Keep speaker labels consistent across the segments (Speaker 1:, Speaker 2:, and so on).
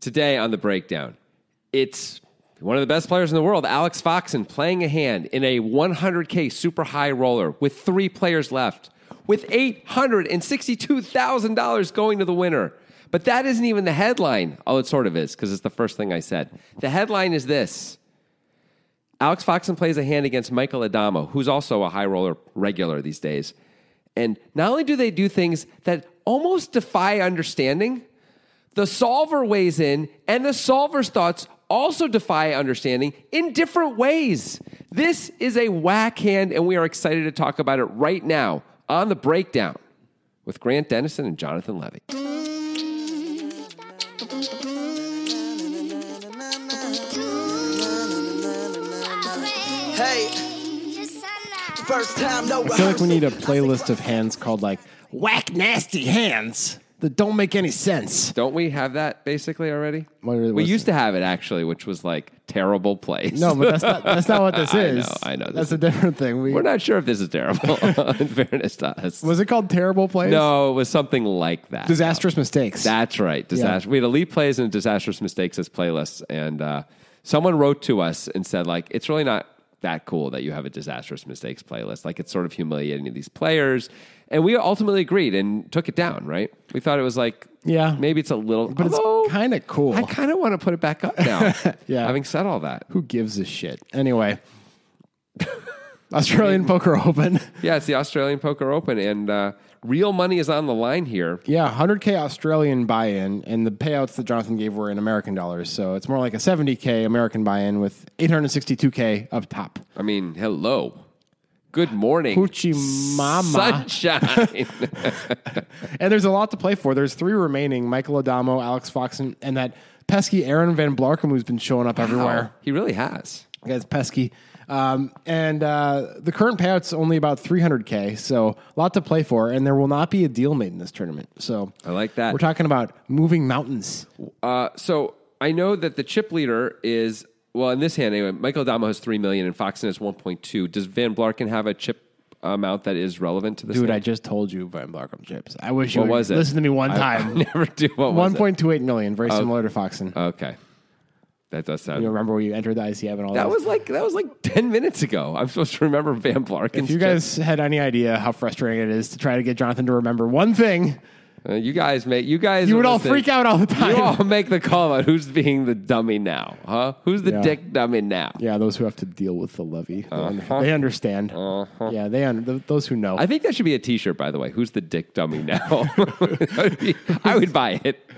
Speaker 1: Today on the breakdown, it's one of the best players in the world, Alex Foxen, playing a hand in a 100K super high roller with three players left, with $862,000 going to the winner. But that isn't even the headline. Oh, it sort of is because it's the first thing I said. The headline is this. Alex Foxen plays a hand against Michael Adamo, who's also a high roller regular these days. And not only do they do things that almost defy understanding, the solver weighs in, and the solver's thoughts also defy understanding in different ways. This is a whack hand, and we are excited to talk about it right now on the breakdown with Grant Dennison and Jonathan Levy.
Speaker 2: Hey, first time, no
Speaker 3: I feel like we need a playlist of hands called like whack nasty hands that don't make any sense.
Speaker 1: Don't we have that basically already?
Speaker 3: What
Speaker 1: we
Speaker 3: was it?
Speaker 1: used to have it actually, which was like terrible plays.
Speaker 3: No, but that's not that's not what this
Speaker 1: I
Speaker 3: is.
Speaker 1: know, I know.
Speaker 3: That's
Speaker 1: This
Speaker 3: a different thing. We,
Speaker 1: We're not sure if this is terrible, in fairness to us.
Speaker 3: was it called terrible plays?
Speaker 1: no, it was something like that.
Speaker 3: disastrous mistakes.
Speaker 1: That's right. Disaster. We had elite plays and disastrous mistakes as playlists, and uh, someone wrote to us and said, like, it's really not that cool that you have a disastrous mistakes playlist. Like, it's sort of humiliating to these players, and we ultimately agreed and took it down. Right? We thought it was like,
Speaker 3: Yeah.
Speaker 1: maybe it's a little, but
Speaker 3: it's kinda cool.
Speaker 1: I kind of want to put it back up now.
Speaker 3: Yeah.
Speaker 1: Having said all that,
Speaker 3: Who gives a shit? Anyway, Australian Poker Open.
Speaker 1: yeah, it's the Australian Poker Open, and uh, real money is on the line here.
Speaker 3: Yeah, 100k Australian buy-in, and the payouts that Jonathan gave were in American dollars, so it's more like a 70k American buy-in with 862k up top.
Speaker 1: I mean, hello. Good morning.
Speaker 3: Hoochie mama.
Speaker 1: Sunshine.
Speaker 3: And there's a lot to play for. There's three remaining: Michael Adamo, Alex Fox, and, and that pesky Aaron Van Blarkum who's been showing up everywhere.
Speaker 1: He really has.
Speaker 3: That Guy's pesky. Um, and uh, the current payout's only about 300k, so a lot to play for. And there will not be a deal made in this tournament. So
Speaker 1: I like that.
Speaker 3: We're talking about moving mountains.
Speaker 1: Uh, so I know that the chip leader is well in this hand anyway. Michael Adamo has three million and Foxen has one point two. Does Van Blarken have a chip amount that is relevant to this?
Speaker 3: Dude, I
Speaker 1: hand?
Speaker 3: just told you Van Blarkum chips. I wish
Speaker 1: What
Speaker 3: you would
Speaker 1: was it?
Speaker 3: listen to me one
Speaker 1: I-
Speaker 3: time.
Speaker 1: I never do. What was it? Uh,
Speaker 3: 1.28 million, very similar to Foxen.
Speaker 1: Okay, that does sound.
Speaker 3: you remember when you entered the ICF and all
Speaker 1: that
Speaker 3: those?
Speaker 1: was like that was like ten minutes ago. I'm supposed to remember Van Blarken's.
Speaker 3: If you guys had any idea how frustrating it is to try to get Jonathan to remember one thing,
Speaker 1: Uh, you guys make you guys.
Speaker 3: You
Speaker 1: are
Speaker 3: would all
Speaker 1: listening.
Speaker 3: freak out all the
Speaker 1: You
Speaker 3: time.
Speaker 1: all make the call out. Who's being the dummy now? Huh? Who's the
Speaker 3: Yeah.
Speaker 1: dick dummy now?
Speaker 3: yeah, those who have to deal with the levy, they, under- they understand. Yeah, they un- th- those who know.
Speaker 1: Uh-huh. I think that should be a T-shirt, by the way. Who's the dick dummy now? That would be- I would buy it.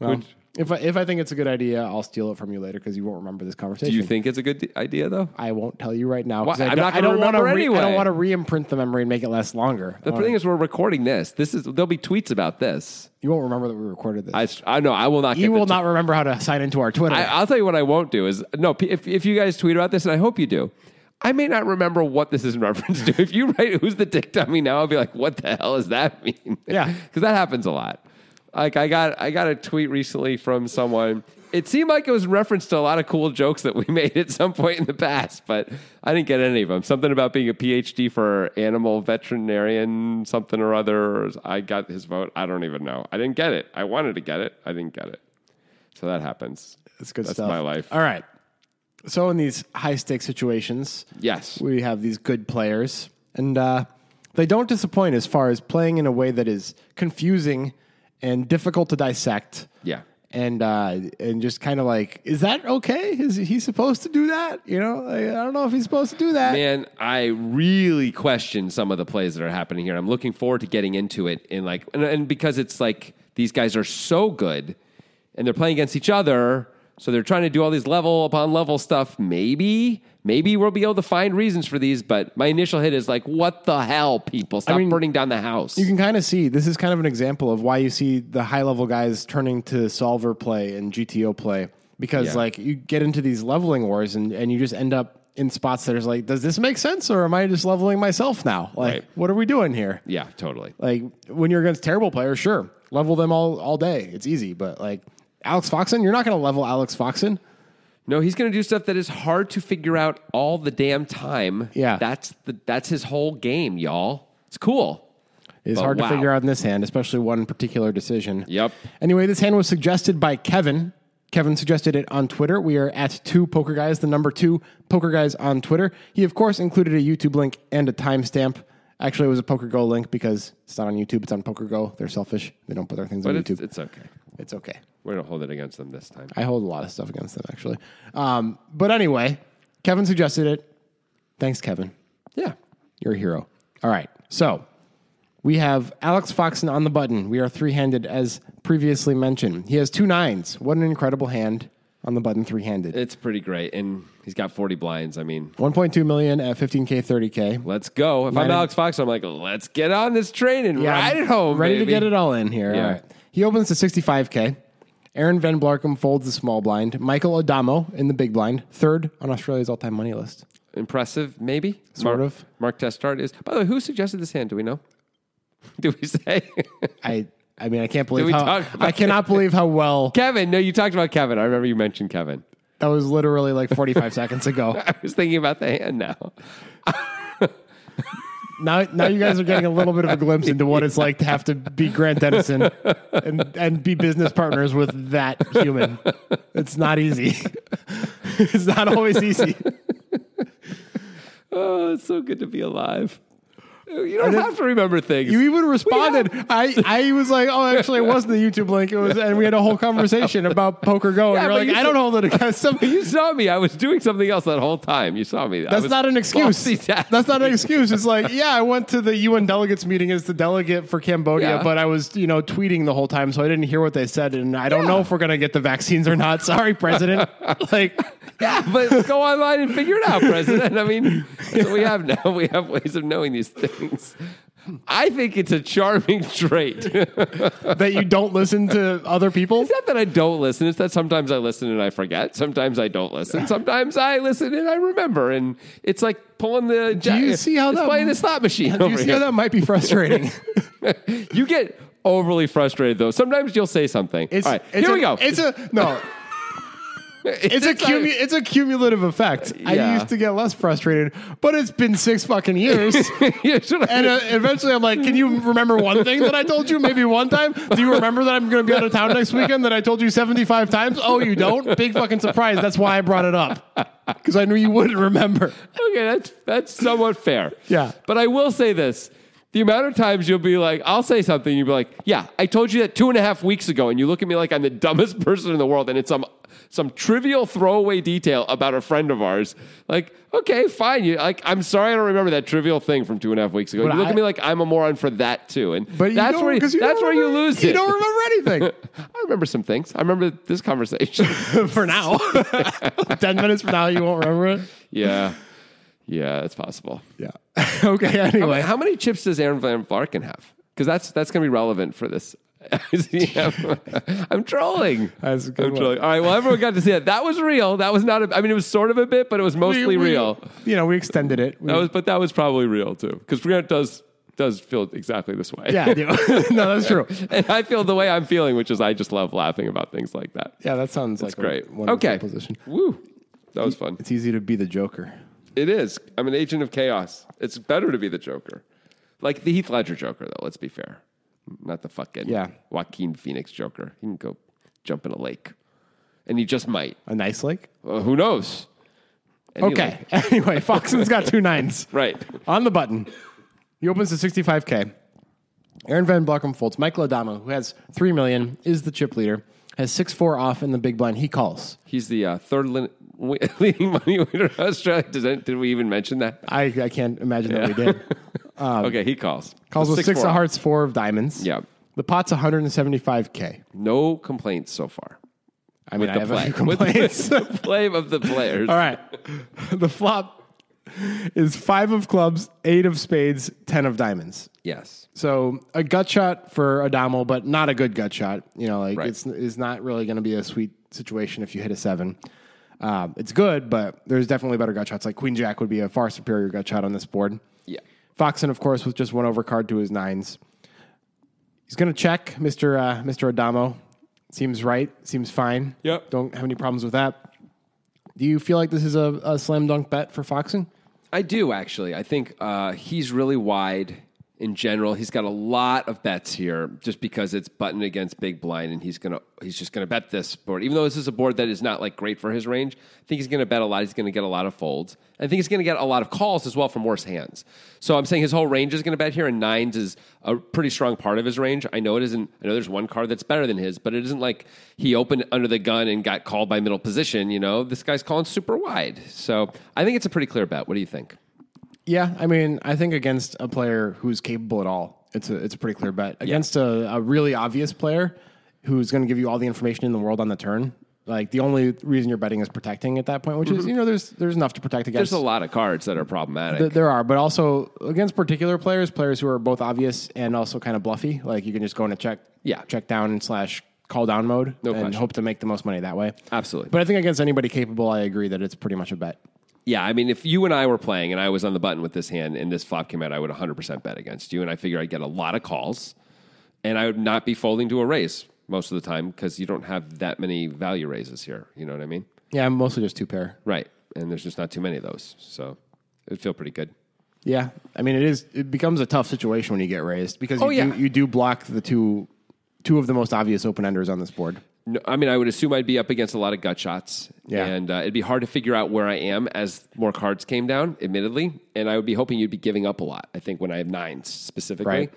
Speaker 3: Well, if I, if I think it's a good idea, I'll steal it from you later because you won't remember this
Speaker 1: Do
Speaker 3: conversation.
Speaker 1: you think it's a good idea, though?
Speaker 3: I won't tell you right now. 'cause
Speaker 1: Why?
Speaker 3: I
Speaker 1: I'm
Speaker 3: don't-
Speaker 1: not
Speaker 3: I
Speaker 1: gonna
Speaker 3: don't wanna
Speaker 1: remember
Speaker 3: re- I
Speaker 1: anyway.
Speaker 3: don't want to reimprint the memory and make it last longer. I
Speaker 1: The
Speaker 3: wanna-
Speaker 1: thing is, we're recording this. This is there'll be tweets about this.
Speaker 3: you won't remember that we recorded this.
Speaker 1: I, I know I will not. get
Speaker 3: you
Speaker 1: the
Speaker 3: will
Speaker 1: tw-
Speaker 3: not remember how to sign into our Twitter.
Speaker 1: I, I'll tell you what I won't do is no. p- If if you guys tweet about this, and I hope you do, I may not remember what this is in reference to. If you write "Who's the dick dummy now," I'll be like, "What the hell does that mean?"
Speaker 3: Yeah.
Speaker 1: because that happens a lot. Like I got I got a tweet recently from someone. It seemed like it was in reference to a lot of cool jokes that we made at some point in the past, but I didn't get any of them. Something about being a PhD for animal veterinarian, something or other. I got his vote. I don't even know. I didn't get it. I wanted to get it. I didn't get it. So that happens.
Speaker 3: That's good
Speaker 1: That's
Speaker 3: stuff.
Speaker 1: my life.
Speaker 3: All right. So in these high stakes situations,
Speaker 1: Yes.
Speaker 3: we have these good players, and uh, they don't disappoint as far as playing in a way that is confusing and difficult to dissect.
Speaker 1: Yeah.
Speaker 3: and uh, and just kind of like, is that okay? Is he supposed to do that? You know, like, I don't know if he's supposed to do that.
Speaker 1: Man, I really question some of the plays that are happening here. I'm looking forward to getting into it and like and, and because it's like these guys are so good and they're playing against each other, so they're trying to do all these level upon level stuff. Maybe, maybe we'll be able to find reasons for these, but my initial hit is like, what the hell, people? Stop
Speaker 3: mean,
Speaker 1: burning down the house.
Speaker 3: You can kind of see this is kind of an example of why you see the high level guys turning to solver play and GTO play because
Speaker 1: Yeah.
Speaker 3: like you get into these leveling wars and, and you just end up in spots that is like, does this make sense or am I just leveling myself now? Like,
Speaker 1: Right.
Speaker 3: what are we doing here?
Speaker 1: yeah, totally.
Speaker 3: Like when you're against terrible players, sure, level them all all day. It's easy, but like Alex Foxen, you're not going to level Alex Foxen.
Speaker 1: No, he's going to do stuff that is hard to figure out all the damn time.
Speaker 3: Yeah.
Speaker 1: That's the that's his whole game, y'all. It's cool.
Speaker 3: is
Speaker 1: But
Speaker 3: hard
Speaker 1: wow.
Speaker 3: to figure out in this hand, especially one particular decision.
Speaker 1: Yep.
Speaker 3: Anyway, this hand was suggested by Kevin. Kevin suggested it on Twitter. We are at two poker guys, the number two poker guys on Twitter. He, of course, included a YouTube link and a timestamp. Actually, it was a PokerGo link because it's not on YouTube, it's on PokerGo. They're selfish. They don't put their things
Speaker 1: But
Speaker 3: on
Speaker 1: it's,
Speaker 3: YouTube.
Speaker 1: it's okay.
Speaker 3: it's okay.
Speaker 1: We're going to hold it against them this time.
Speaker 3: I hold a lot of stuff against them, actually. Um, but anyway, Kevin suggested it. Thanks, Kevin.
Speaker 1: Yeah.
Speaker 3: You're a hero. All right. So we have Alex Foxen on the button. We are three handed, as previously mentioned. He has two nines. What an incredible hand on the button, three handed.
Speaker 1: It's pretty great. And he's got 40 blinds. I mean,
Speaker 3: 1.2 million at 15K, 30K.
Speaker 1: let's go. If I'm
Speaker 3: Right.
Speaker 1: Alex Fox, I'm like, let's get on this train and
Speaker 3: Yeah,
Speaker 1: ride it home.
Speaker 3: Ready to
Speaker 1: baby.
Speaker 3: get it all in here.
Speaker 1: Yeah.
Speaker 3: All right. He opens to 65K. Aaron Van Blarkum folds the small blind. Michael Adamo in the big blind, third on Australia's all time money list.
Speaker 1: Impressive, maybe.
Speaker 3: Sort
Speaker 1: Mark,
Speaker 3: of.
Speaker 1: Mark Testard is. By the way, who suggested this hand? Do we know? Do we say?
Speaker 3: I I mean I can't believe
Speaker 1: we
Speaker 3: how
Speaker 1: talk about
Speaker 3: I cannot believe how well
Speaker 1: Kevin. No, you talked about Kevin. I remember you mentioned Kevin.
Speaker 3: that was literally like 45 seconds ago.
Speaker 1: I was thinking about the hand now.
Speaker 3: Now now you guys are getting a little bit of a glimpse into what it's like to have to be Grant Dennison and and be business partners with that human. It's not easy. It's not always easy.
Speaker 1: Oh, it's so good to be alive. You don't have to remember things.
Speaker 3: You even responded. I, I was like, oh, actually, it wasn't the YouTube link. It was, and we had a whole conversation about Poker Go.
Speaker 1: Yeah,
Speaker 3: and you're
Speaker 1: but
Speaker 3: like,
Speaker 1: you
Speaker 3: I
Speaker 1: said-
Speaker 3: don't hold it against somebody.
Speaker 1: you saw me. I was doing something else that whole time. You saw me.
Speaker 3: That's not an excuse. That's not an excuse. It's like, yeah, I went to the UN delegates meeting as the delegate for Cambodia,
Speaker 1: Yeah.
Speaker 3: but I was, you know, tweeting the whole time, so I didn't hear what they said, and I don't
Speaker 1: Yeah.
Speaker 3: know if we're gonna get the vaccines or not. Sorry, President. like,
Speaker 1: Yeah, but go online and figure it out, President. I mean, that's what we have now. We have ways of knowing these things. I think it's a charming trait. it's
Speaker 3: that you don't listen to other people.
Speaker 1: not that I don't listen. It's that sometimes I listen and I forget. Sometimes I don't listen. Sometimes I listen and I remember. And it's like pulling the. Do
Speaker 3: you see how
Speaker 1: it's
Speaker 3: that-
Speaker 1: playing the slot machine?
Speaker 3: Do
Speaker 1: over
Speaker 3: you see
Speaker 1: here.
Speaker 3: how that might be frustrating?
Speaker 1: You get overly frustrated though. Sometimes you'll say something. All right, here
Speaker 3: a,
Speaker 1: we go.
Speaker 3: It's a no. It's a cumu- it's a cumulative effect. I
Speaker 1: Yeah.
Speaker 3: used to get less frustrated, but it's been six fucking years.
Speaker 1: Yeah, should I-
Speaker 3: And uh, eventually, I'm like, "Can you remember one thing that I told you? Maybe one time. Do you remember that I'm going to be out of town next weekend that I told you 75 times? Oh, you don't? Big fucking surprise. That's why I brought it up because I knew you wouldn't remember.
Speaker 1: okay, that's that's somewhat fair.
Speaker 3: Yeah.
Speaker 1: But I will say this. The amount of times you'll be like, I'll say something, you'll be like, Yeah, I told you that two and a half weeks ago, and you look at me like I'm the dumbest person in the world, and it's some some trivial throwaway detail about a friend of ours. Like, okay, fine. You like I'm sorry I don't remember that trivial thing from two and a half weeks ago.
Speaker 3: But
Speaker 1: you look
Speaker 3: I-
Speaker 1: at me like I'm a moron for that too. And
Speaker 3: But you
Speaker 1: that's
Speaker 3: don't-
Speaker 1: where you,
Speaker 3: 'cause you
Speaker 1: that's
Speaker 3: don't
Speaker 1: where you
Speaker 3: remember-
Speaker 1: lose
Speaker 3: You
Speaker 1: it.
Speaker 3: don't remember
Speaker 1: I remember some things. I remember this conversation.
Speaker 3: anything for now. Ten minutes from now, you won't remember it.
Speaker 1: yeah. Yeah, it's possible.
Speaker 3: Yeah. okay. Anyway,
Speaker 1: How many chips does Aaron Van Vlarken have? Because that's that's going to be relevant for this. I'm trolling.
Speaker 3: That's a good
Speaker 1: I'm
Speaker 3: one.
Speaker 1: trolling. All right. Well, everyone got to see that. That was real. That was not. A, I mean, it was sort of a bit, but it was mostly
Speaker 3: We- we-
Speaker 1: real.
Speaker 3: You know, we extended it. We-
Speaker 1: That was, but that was probably real too. Because Grant does does feel exactly this way.
Speaker 3: yeah. I do. no, that's true.
Speaker 1: and I feel the way I'm feeling, which is I just love laughing about things like that.
Speaker 3: Yeah, that sounds
Speaker 1: It's
Speaker 3: like
Speaker 1: great.
Speaker 3: A wonderful
Speaker 1: okay.
Speaker 3: Position.
Speaker 1: Woo. That was fun.
Speaker 3: It's easy to be the Joker.
Speaker 1: It is. I'm an agent of chaos. It's better to be the Joker. Like the Heath Ledger Joker, though, let's be fair. Not the fucking
Speaker 3: Yeah.
Speaker 1: Joaquin Phoenix Joker. He can go jump in a lake. And he just might.
Speaker 3: A nice lake.
Speaker 1: Uh, who knows? Any
Speaker 3: Okay.
Speaker 1: lake.
Speaker 3: Anyway, Foxen's got two nines.
Speaker 1: Right.
Speaker 3: On the button. He opens to 65K. Aaron Van Blockham folds. Michael Adamo, who has 3 million, is the chip leader, has 6 4 off in the big blind. He calls.
Speaker 1: He's the uh, third lin- wi- leading money winner in Australia. Does that, did we even mention that?
Speaker 3: I, I can't imagine that we did.
Speaker 1: okay, he calls.
Speaker 3: Um, Calls with 6,
Speaker 1: four
Speaker 3: of
Speaker 1: off.
Speaker 3: hearts, 4 of diamonds.
Speaker 1: Yeah.
Speaker 3: The pot's 175K.
Speaker 1: No complaints so far.
Speaker 3: I mean, I
Speaker 1: The
Speaker 3: have
Speaker 1: play.
Speaker 3: a few complaints.
Speaker 1: With the, the play of the players.
Speaker 3: All right. the flop is 5 of clubs, 8 of spades, 10 of diamonds.
Speaker 1: Yes.
Speaker 3: So a gut shot for Adamo, but not a good gut shot. You know, like
Speaker 1: Right.
Speaker 3: it's it's not really going to be a sweet situation if you hit a seven. Um, it's good, but there's definitely better gut shots. Like Queen Jack would be a far superior gut shot on this board.
Speaker 1: Yeah.
Speaker 3: Foxen, of course, with just one overcard to his nines. He's going to check, Mister uh, Mister Adamo. Seems right. Seems fine.
Speaker 1: Yep.
Speaker 3: Don't have any problems with that. Do you feel like this is a, a slam dunk bet for Foxen?
Speaker 1: I do actually. I think uh, he's really wide. in general. He's got a lot of bets here just because it's button against big blind, and he's gonna he's just gonna bet this board. Even though this is a board that is not like great for his range, I think he's gonna bet a lot. He's gonna get a lot of folds. I think he's gonna get a lot of calls as well from worse hands. So I'm saying his whole range is gonna bet here, and nines is a pretty strong part of his range. I know it isn't. I know there's one card that's better than his, but it isn't like he opened under the gun and got called by middle position. You know, this guy's calling super wide. So I think it's a pretty clear bet. What do you think?
Speaker 3: Yeah, I mean, I think against a player who's capable at all, it's a it's a pretty clear bet. Against a, a really obvious player who's going to give you all the information in the world on the turn, like the only reason you're betting is protecting at that point, which is you know there's there's enough to protect against.
Speaker 1: Mm-hmm. There's a lot of cards that are problematic.
Speaker 3: Th- There are, but also against particular players, players who are both obvious and also kind of bluffy. Like you can just go into check,
Speaker 1: Yeah.
Speaker 3: check down slash call down mode,
Speaker 1: No
Speaker 3: and
Speaker 1: question.
Speaker 3: hope to make the most money that way.
Speaker 1: Absolutely.
Speaker 3: But I think against anybody capable, I agree that it's pretty much a bet.
Speaker 1: Yeah, I mean, if you and I were playing and I was on the button with this hand and this flop came out, I would 100% bet against you. And I figure I'd get a lot of calls and I would not be folding to a raise most of the time because you don't have that many value raises here. You know what I mean?
Speaker 3: Yeah, I'm mostly just two pair.
Speaker 1: Right. And there's just not too many of those. So it'd feel pretty good.
Speaker 3: Yeah, I mean it is. It becomes a tough situation when you get raised because you,
Speaker 1: Oh, yeah.
Speaker 3: do, you do block the two two of the most obvious open enders on this board.
Speaker 1: No, I mean, I would assume I'd be up against a lot of gut shots.
Speaker 3: Yeah.
Speaker 1: And uh, it'd be hard to figure out where I am as more cards came down, admittedly. And I would be hoping you'd be giving up a lot, I think, when I have nines specifically.
Speaker 3: Right.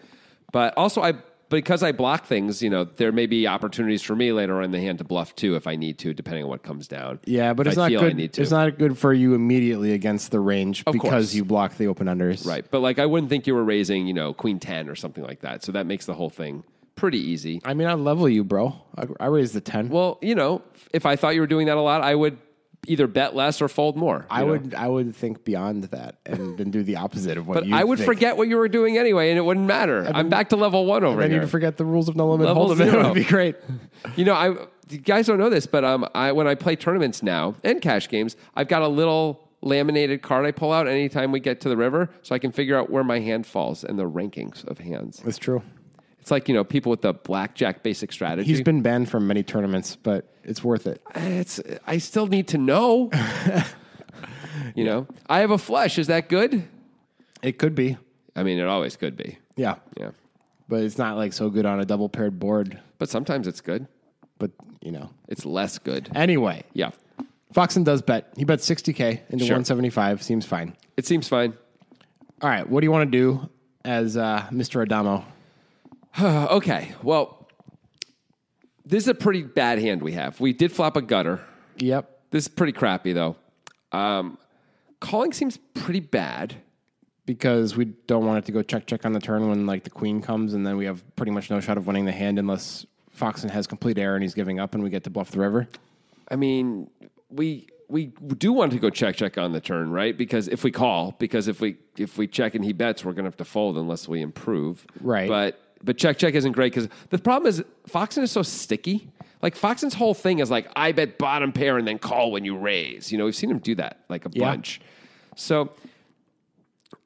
Speaker 1: But also, I because I block things, you know, there may be opportunities for me later on in the hand to bluff too if I need to, depending on what comes down.
Speaker 3: Yeah, but
Speaker 1: If
Speaker 3: it's
Speaker 1: I
Speaker 3: not
Speaker 1: feel
Speaker 3: good.
Speaker 1: I need to.
Speaker 3: It's not good for you immediately against the range
Speaker 1: Of
Speaker 3: because
Speaker 1: course.
Speaker 3: you block the open enders.
Speaker 1: Right. But like, I wouldn't think you were raising, you know, queen 10 or something like that. So that makes the whole thing pretty easy.
Speaker 3: I mean, I level you, bro. I, I raised the ten.
Speaker 1: Well, you know, if I thought you were doing that a lot, I would either bet less or fold more.
Speaker 3: I
Speaker 1: you know?
Speaker 3: would I would think beyond that and then do the opposite of what
Speaker 1: But
Speaker 3: you.
Speaker 1: I would
Speaker 3: think.
Speaker 1: forget what you were doing anyway, and it wouldn't matter. I'm back to level one over
Speaker 3: Then
Speaker 1: here.
Speaker 3: you'd forget the rules of no limit.
Speaker 1: Level
Speaker 3: Hold it
Speaker 1: zero.
Speaker 3: would be great.
Speaker 1: You know, I you guys don't know this, but um, I when I play tournaments now and cash games, I've got a little laminated card I pull out anytime we get to the river, so I can figure out where my hand falls and the rankings of hands.
Speaker 3: That's true.
Speaker 1: It's like you know, people with the blackjack basic strategy. Eh,
Speaker 3: He's been banned from many tournaments, but it's worth it.
Speaker 1: It's I still need to know. you know, I have a flush. Is that good?
Speaker 3: It could be.
Speaker 1: I mean, it always could be.
Speaker 3: Yeah.
Speaker 1: Yeah,
Speaker 3: But it's not like so good on a double paired board.
Speaker 1: but sometimes it's good.
Speaker 3: But you know.
Speaker 1: It's less good.
Speaker 3: Anyway,
Speaker 1: Yeah.
Speaker 3: Foxen does bet. He bets 60k into
Speaker 1: Sure.
Speaker 3: 175. Seems fine.
Speaker 1: It seems fine.
Speaker 3: All right. What do you want to do as uh, Mr. Adamo?
Speaker 1: Uh, Okay. Well, this is a pretty bad hand we have. We did flop a gutter.
Speaker 3: Yep.
Speaker 1: This is pretty crappy, though. Um, calling seems pretty bad.
Speaker 3: Because we don't want it to go check check on the turn when like the queen comes, and then we have pretty much no shot of winning the hand unless Foxen has complete air and he's giving up, and we get to bluff the river.
Speaker 1: I mean, we we do want to go check check on the turn, right? Because if we call, because if we if we check and he bets, we're gonna have to fold unless we improve,
Speaker 3: Right.
Speaker 1: But but check check isn't great because the problem is Foxen is so sticky. Like Foxen's whole thing is like I bet bottom pair and then call when you raise. You know, we've seen him do that like a
Speaker 3: Yeah.
Speaker 1: bunch. So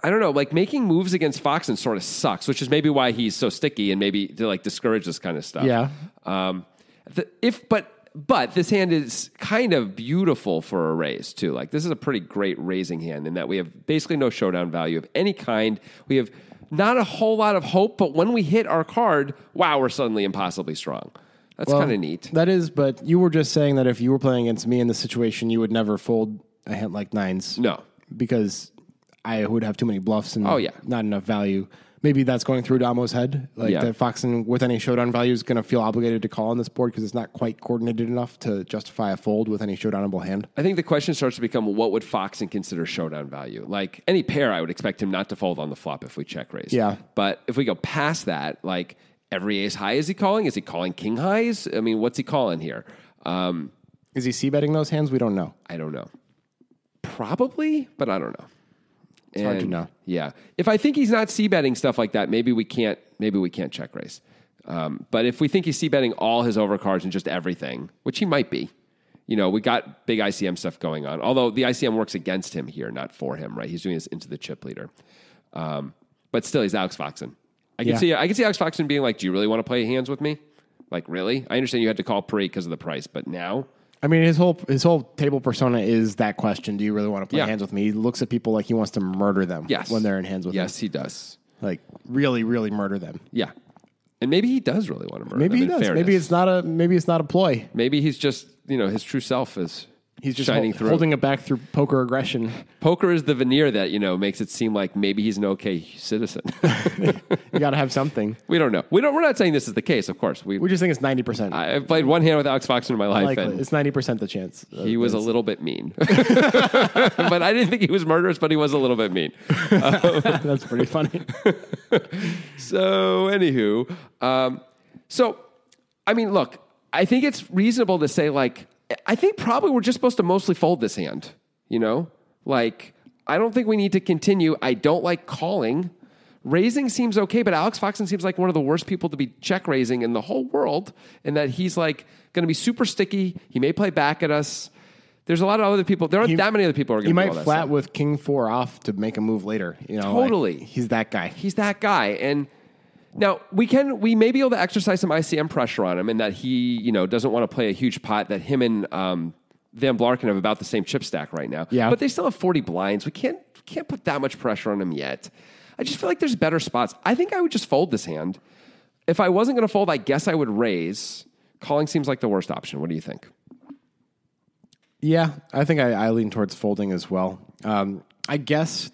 Speaker 1: I don't know, like making moves against Foxen sort of sucks, which is maybe why he's so sticky and maybe to like discourage this kind of stuff.
Speaker 3: Yeah.
Speaker 1: Um, the, if but but this hand is kind of beautiful for a raise too. Like this is a pretty great raising hand in that we have basically no showdown value of any kind. We have not a whole lot of hope, but when we hit our card, wow, we're suddenly impossibly strong. That's kind of neat.
Speaker 3: That is, but you were just saying that if you were playing against me in this situation, you would never fold a hand like nines.
Speaker 1: No.
Speaker 3: because I would have too many bluffs and
Speaker 1: Oh, yeah.
Speaker 3: not enough value. Maybe that's going through Damo's head. Like
Speaker 1: Yeah.
Speaker 3: that Foxen with any showdown value is going to feel obligated to call on this board because it's not quite coordinated enough to justify a fold with any showdownable hand.
Speaker 1: I think the question starts to become what would Foxen consider showdown value? Like any pair, I would expect him not to fold on the flop if we check raise.
Speaker 3: Yeah.
Speaker 1: But if we go past that, like every ace high is he calling? Is he calling king highs? I mean, what's he calling here? Um,
Speaker 3: Is he c betting those hands? We don't know.
Speaker 1: I don't know. Probably, but I don't know. It's
Speaker 3: hard to know.
Speaker 1: Yeah, if I think he's not c betting stuff like that, maybe we can't. Maybe we can't check raise. Um, but if we think he's c betting all his overcards and just everything, which he might be, you know, we got big ICM stuff going on. Although the ICM works against him here, not for him, right? He's doing this into the chip leader. Um, but still, he's Alex Foxen. I can
Speaker 3: Yeah.
Speaker 1: see. I can see Alex Foxen being like, "Do you really want to play hands with me? Like, really? I understand you had to call pre because of the price, but now."
Speaker 3: I mean, his whole his whole table persona is that question: Do you really want to play
Speaker 1: Yeah.
Speaker 3: hands with me? He looks at people like he wants to murder them
Speaker 1: Yes.
Speaker 3: when they're in hands with him.
Speaker 1: Yes, he does.
Speaker 3: Like really, really murder them.
Speaker 1: Yeah. And maybe he does really want to murder
Speaker 3: Maybe he
Speaker 1: them, in
Speaker 3: does. Maybe
Speaker 1: fairness.
Speaker 3: it's not a maybe it's not a ploy.
Speaker 1: Maybe he's just, you know, his true self is
Speaker 3: He's just
Speaker 1: shining
Speaker 3: hol-
Speaker 1: through.
Speaker 3: holding it back through poker aggression.
Speaker 1: Poker is the veneer that, you know, makes it seem like maybe he's an okay citizen.
Speaker 3: You got to have something.
Speaker 1: we don't know. We don't we're not saying this is the case, of course. We,
Speaker 3: We just think it's ninety percent.
Speaker 1: I- I've played one hand with Alex Fox in my life
Speaker 3: Likely,
Speaker 1: and
Speaker 3: it's ninety percent the chance. uh,
Speaker 1: he was a
Speaker 3: that
Speaker 1: little bit mean. but I didn't think he was murderous, but he was a little bit mean.
Speaker 3: it's- that's pretty funny.
Speaker 1: So, anywho, um, so I mean, look, I think it's reasonable to say like I think probably we're just supposed to mostly fold this hand. You know, like I don't think we need to continue. I don't like calling. Raising seems okay, but Alex Foxen seems like one of the worst people to be check raising in the whole world, and that he's like going to be super sticky. He may play back at us. There's a lot of other people. There aren't that many other people who are
Speaker 3: He
Speaker 1: going to
Speaker 3: might flat with king four off to make a move later. You know, like,
Speaker 1: Totally.
Speaker 3: he's that guy.
Speaker 1: he's that guy. And now we can we may be able to exercise some ICM pressure on him, and that he you know doesn't want to play a huge pot. That him and um, Van Blarken have about the same chip stack right now.
Speaker 3: Yeah.
Speaker 1: but they still have forty blinds. We can't we can't put that much pressure on him yet. I just feel like there's better spots. I think I would just fold this hand. If I wasn't going to fold, I guess I would raise. Calling seems like the worst option. What do you think?
Speaker 3: Yeah, I think I, I lean towards folding as well. Um, I guess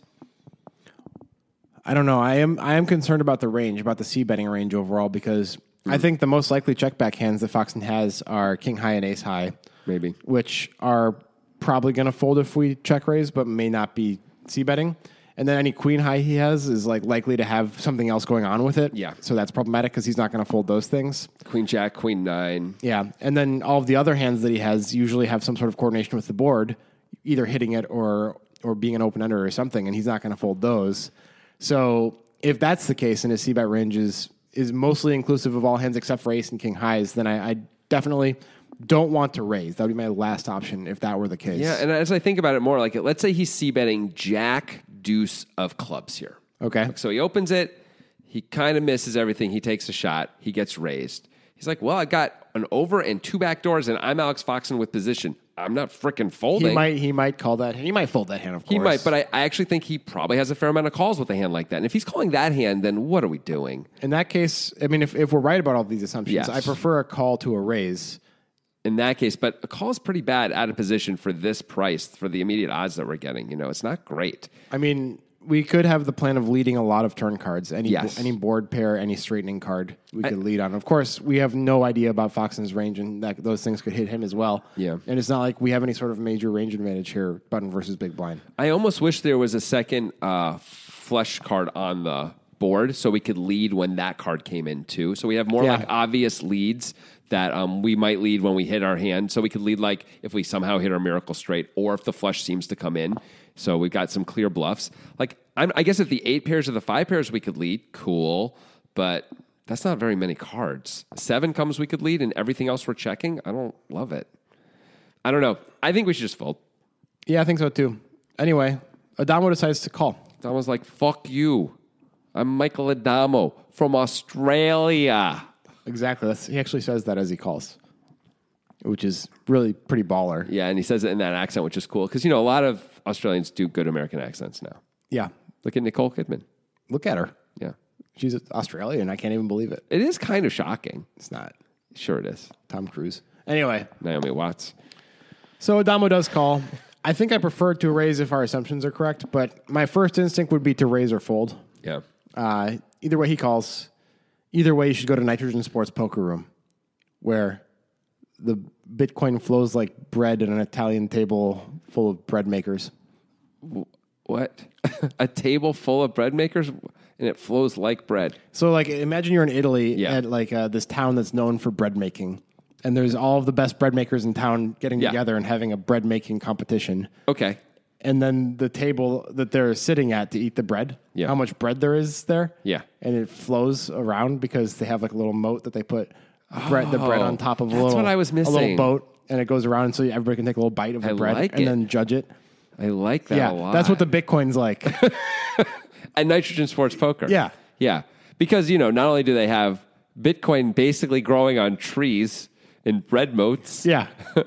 Speaker 3: I don't know. I am I am concerned about the range, about the c betting range overall, because I
Speaker 1: Mm.
Speaker 3: think the most likely check back hands that Foxen has are king high and ace high,
Speaker 1: Maybe.
Speaker 3: which are probably going to fold if we check raise, but may not be c betting. And then any queen high he has is like likely to have something else going on with it.
Speaker 1: Yeah.
Speaker 3: so that's problematic because he's not going to fold those things.
Speaker 1: Queen Jack, Queen Nine.
Speaker 3: Yeah, and then all of the other hands that he has usually have some sort of coordination with the board, either hitting it or or being an open ender or something, and he's not going to fold those. So if that's the case, and his c bet range is is mostly inclusive of all hands except for ace and king highs, then I, I definitely don't want to raise. That would be my last option if that were the case.
Speaker 1: Yeah, and as I think about it more, like let's say he's c betting Jack Deuce of clubs here.
Speaker 3: Okay.
Speaker 1: So he opens it. He kind of misses everything. He takes a shot. He gets raised. He's like, "Well, I got an over and two back doors, and I'm Alex Foxen with position. I'm not freaking folding."
Speaker 3: he might he might call that he might fold that hand of course.
Speaker 1: He might, but I, I actually think he probably has a fair amount of calls with a hand like that. And if he's calling that hand, then what are we doing?
Speaker 3: in that case, I mean, if if we're right about all these assumptions,
Speaker 1: Yes.
Speaker 3: I prefer a call to a raise.
Speaker 1: in that case, but a call is pretty bad out of position for this price for the immediate odds that we're getting. You know, it's not great.
Speaker 3: I mean, we could have the plan of leading a lot of turn cards. Any
Speaker 1: Yes.
Speaker 3: any board pair, any straightening card we could lead on. Of course, we have no idea about Foxen's range, and that those things could hit him as well.
Speaker 1: Yeah.
Speaker 3: and it's not like we have any sort of major range advantage here. Button versus big blind.
Speaker 1: I almost wish there was a second uh, flush card on the board so we could lead when that card came in too. So we have more
Speaker 3: Yeah.
Speaker 1: like obvious leads that um, we might lead when we hit our hand. So we could lead like if we somehow hit our miracle straight or if the flush seems to come in. So we've got some clear bluffs. Like I'm, I guess if the eight pairs or the five pairs we could lead, cool. But that's not very many cards. Seven comes we could lead, and everything else we're checking. I don't love it. I don't know. I think we should just fold.
Speaker 3: Yeah, I think so too. Anyway, Adamo decides to call.
Speaker 1: Adama's like, fuck you. I'm Michael Adamo from Australia.
Speaker 3: Exactly. That's, he actually says that as he calls, which is really pretty baller.
Speaker 1: Yeah, and he says it in that accent, which is cool because, you know, a lot of Australians do good American accents now.
Speaker 3: Yeah,
Speaker 1: Look at Nicole Kidman.
Speaker 3: look at her.
Speaker 1: Yeah.
Speaker 3: She's Australian. I can't even believe it.
Speaker 1: It is kind of shocking.
Speaker 3: It's not
Speaker 1: Sure, it is.
Speaker 3: Tom Cruise. Anyway,
Speaker 1: Naomi Watts.
Speaker 3: So Adamo does call. I think I prefer to raise if our assumptions are correct, but my first instinct would be to raise or fold.
Speaker 1: Yeah.
Speaker 3: Uh, either way, he calls. Either way, you should go to Nitrogen Sports Poker Room, where the Bitcoin flows like bread at an Italian table full of bread makers.
Speaker 1: What? a table full of bread makers and it flows like bread.
Speaker 3: So, like, imagine you're in Italy
Speaker 1: Yeah.
Speaker 3: at like uh, this town that's known for bread making, and there's all of the best bread makers in town getting
Speaker 1: Yeah.
Speaker 3: together and having a bread making competition.
Speaker 1: Okay.
Speaker 3: and then the table that they're sitting at to eat the bread,
Speaker 1: Yeah.
Speaker 3: how much bread there is there.
Speaker 1: Yeah.
Speaker 3: And it flows around because they have like a little moat that they put bread, the bread
Speaker 1: Oh,
Speaker 3: on top of a
Speaker 1: that's
Speaker 3: little,
Speaker 1: what I was
Speaker 3: a
Speaker 1: missing.
Speaker 3: little boat. And it goes around and so everybody can take a little bite of the
Speaker 1: I
Speaker 3: bread
Speaker 1: like
Speaker 3: and
Speaker 1: it.
Speaker 3: then judge it.
Speaker 1: I like that a
Speaker 3: yeah.
Speaker 1: lot.
Speaker 3: That's what the Bitcoin's like.
Speaker 1: and nitrogen sports poker.
Speaker 3: Yeah.
Speaker 1: Yeah. Because, you know, not only do they have Bitcoin basically growing on trees in bread moats.
Speaker 3: Yeah.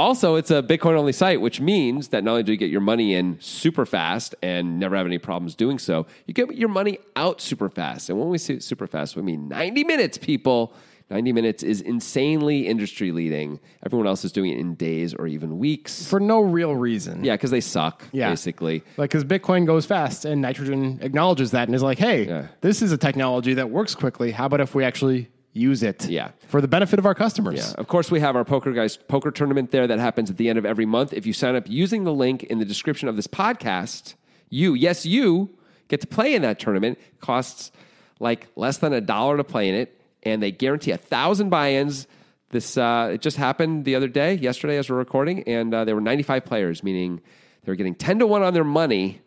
Speaker 1: also, it's a Bitcoin only site, which means that not only do you get your money in super fast and never have any problems doing so, you get your money out super fast. And when we say super fast, we mean 90 minutes, people. 90 minutes is insanely industry leading. Everyone else is doing it in days or even weeks.
Speaker 3: For no real reason.
Speaker 1: yeah, because they suck,
Speaker 3: Yeah.
Speaker 1: basically.
Speaker 3: Like, because Bitcoin goes fast and nitrogen acknowledges that and is like, hey,
Speaker 1: Yeah.
Speaker 3: this is a technology that works quickly. How about if we actually use it
Speaker 1: Yeah.
Speaker 3: for the benefit of our customers?
Speaker 1: Yeah. Of course, we have our Poker Guys poker tournament there that happens at the end of every month. If you sign up using the link in the description of this podcast, you, yes, you get to play in that tournament. It costs like less than a dollar to play in it, and they guarantee a thousand buy-ins. This uh, it just happened the other day, yesterday, as we're recording, and uh, there were 95 players, meaning they were getting 10 to one on their money.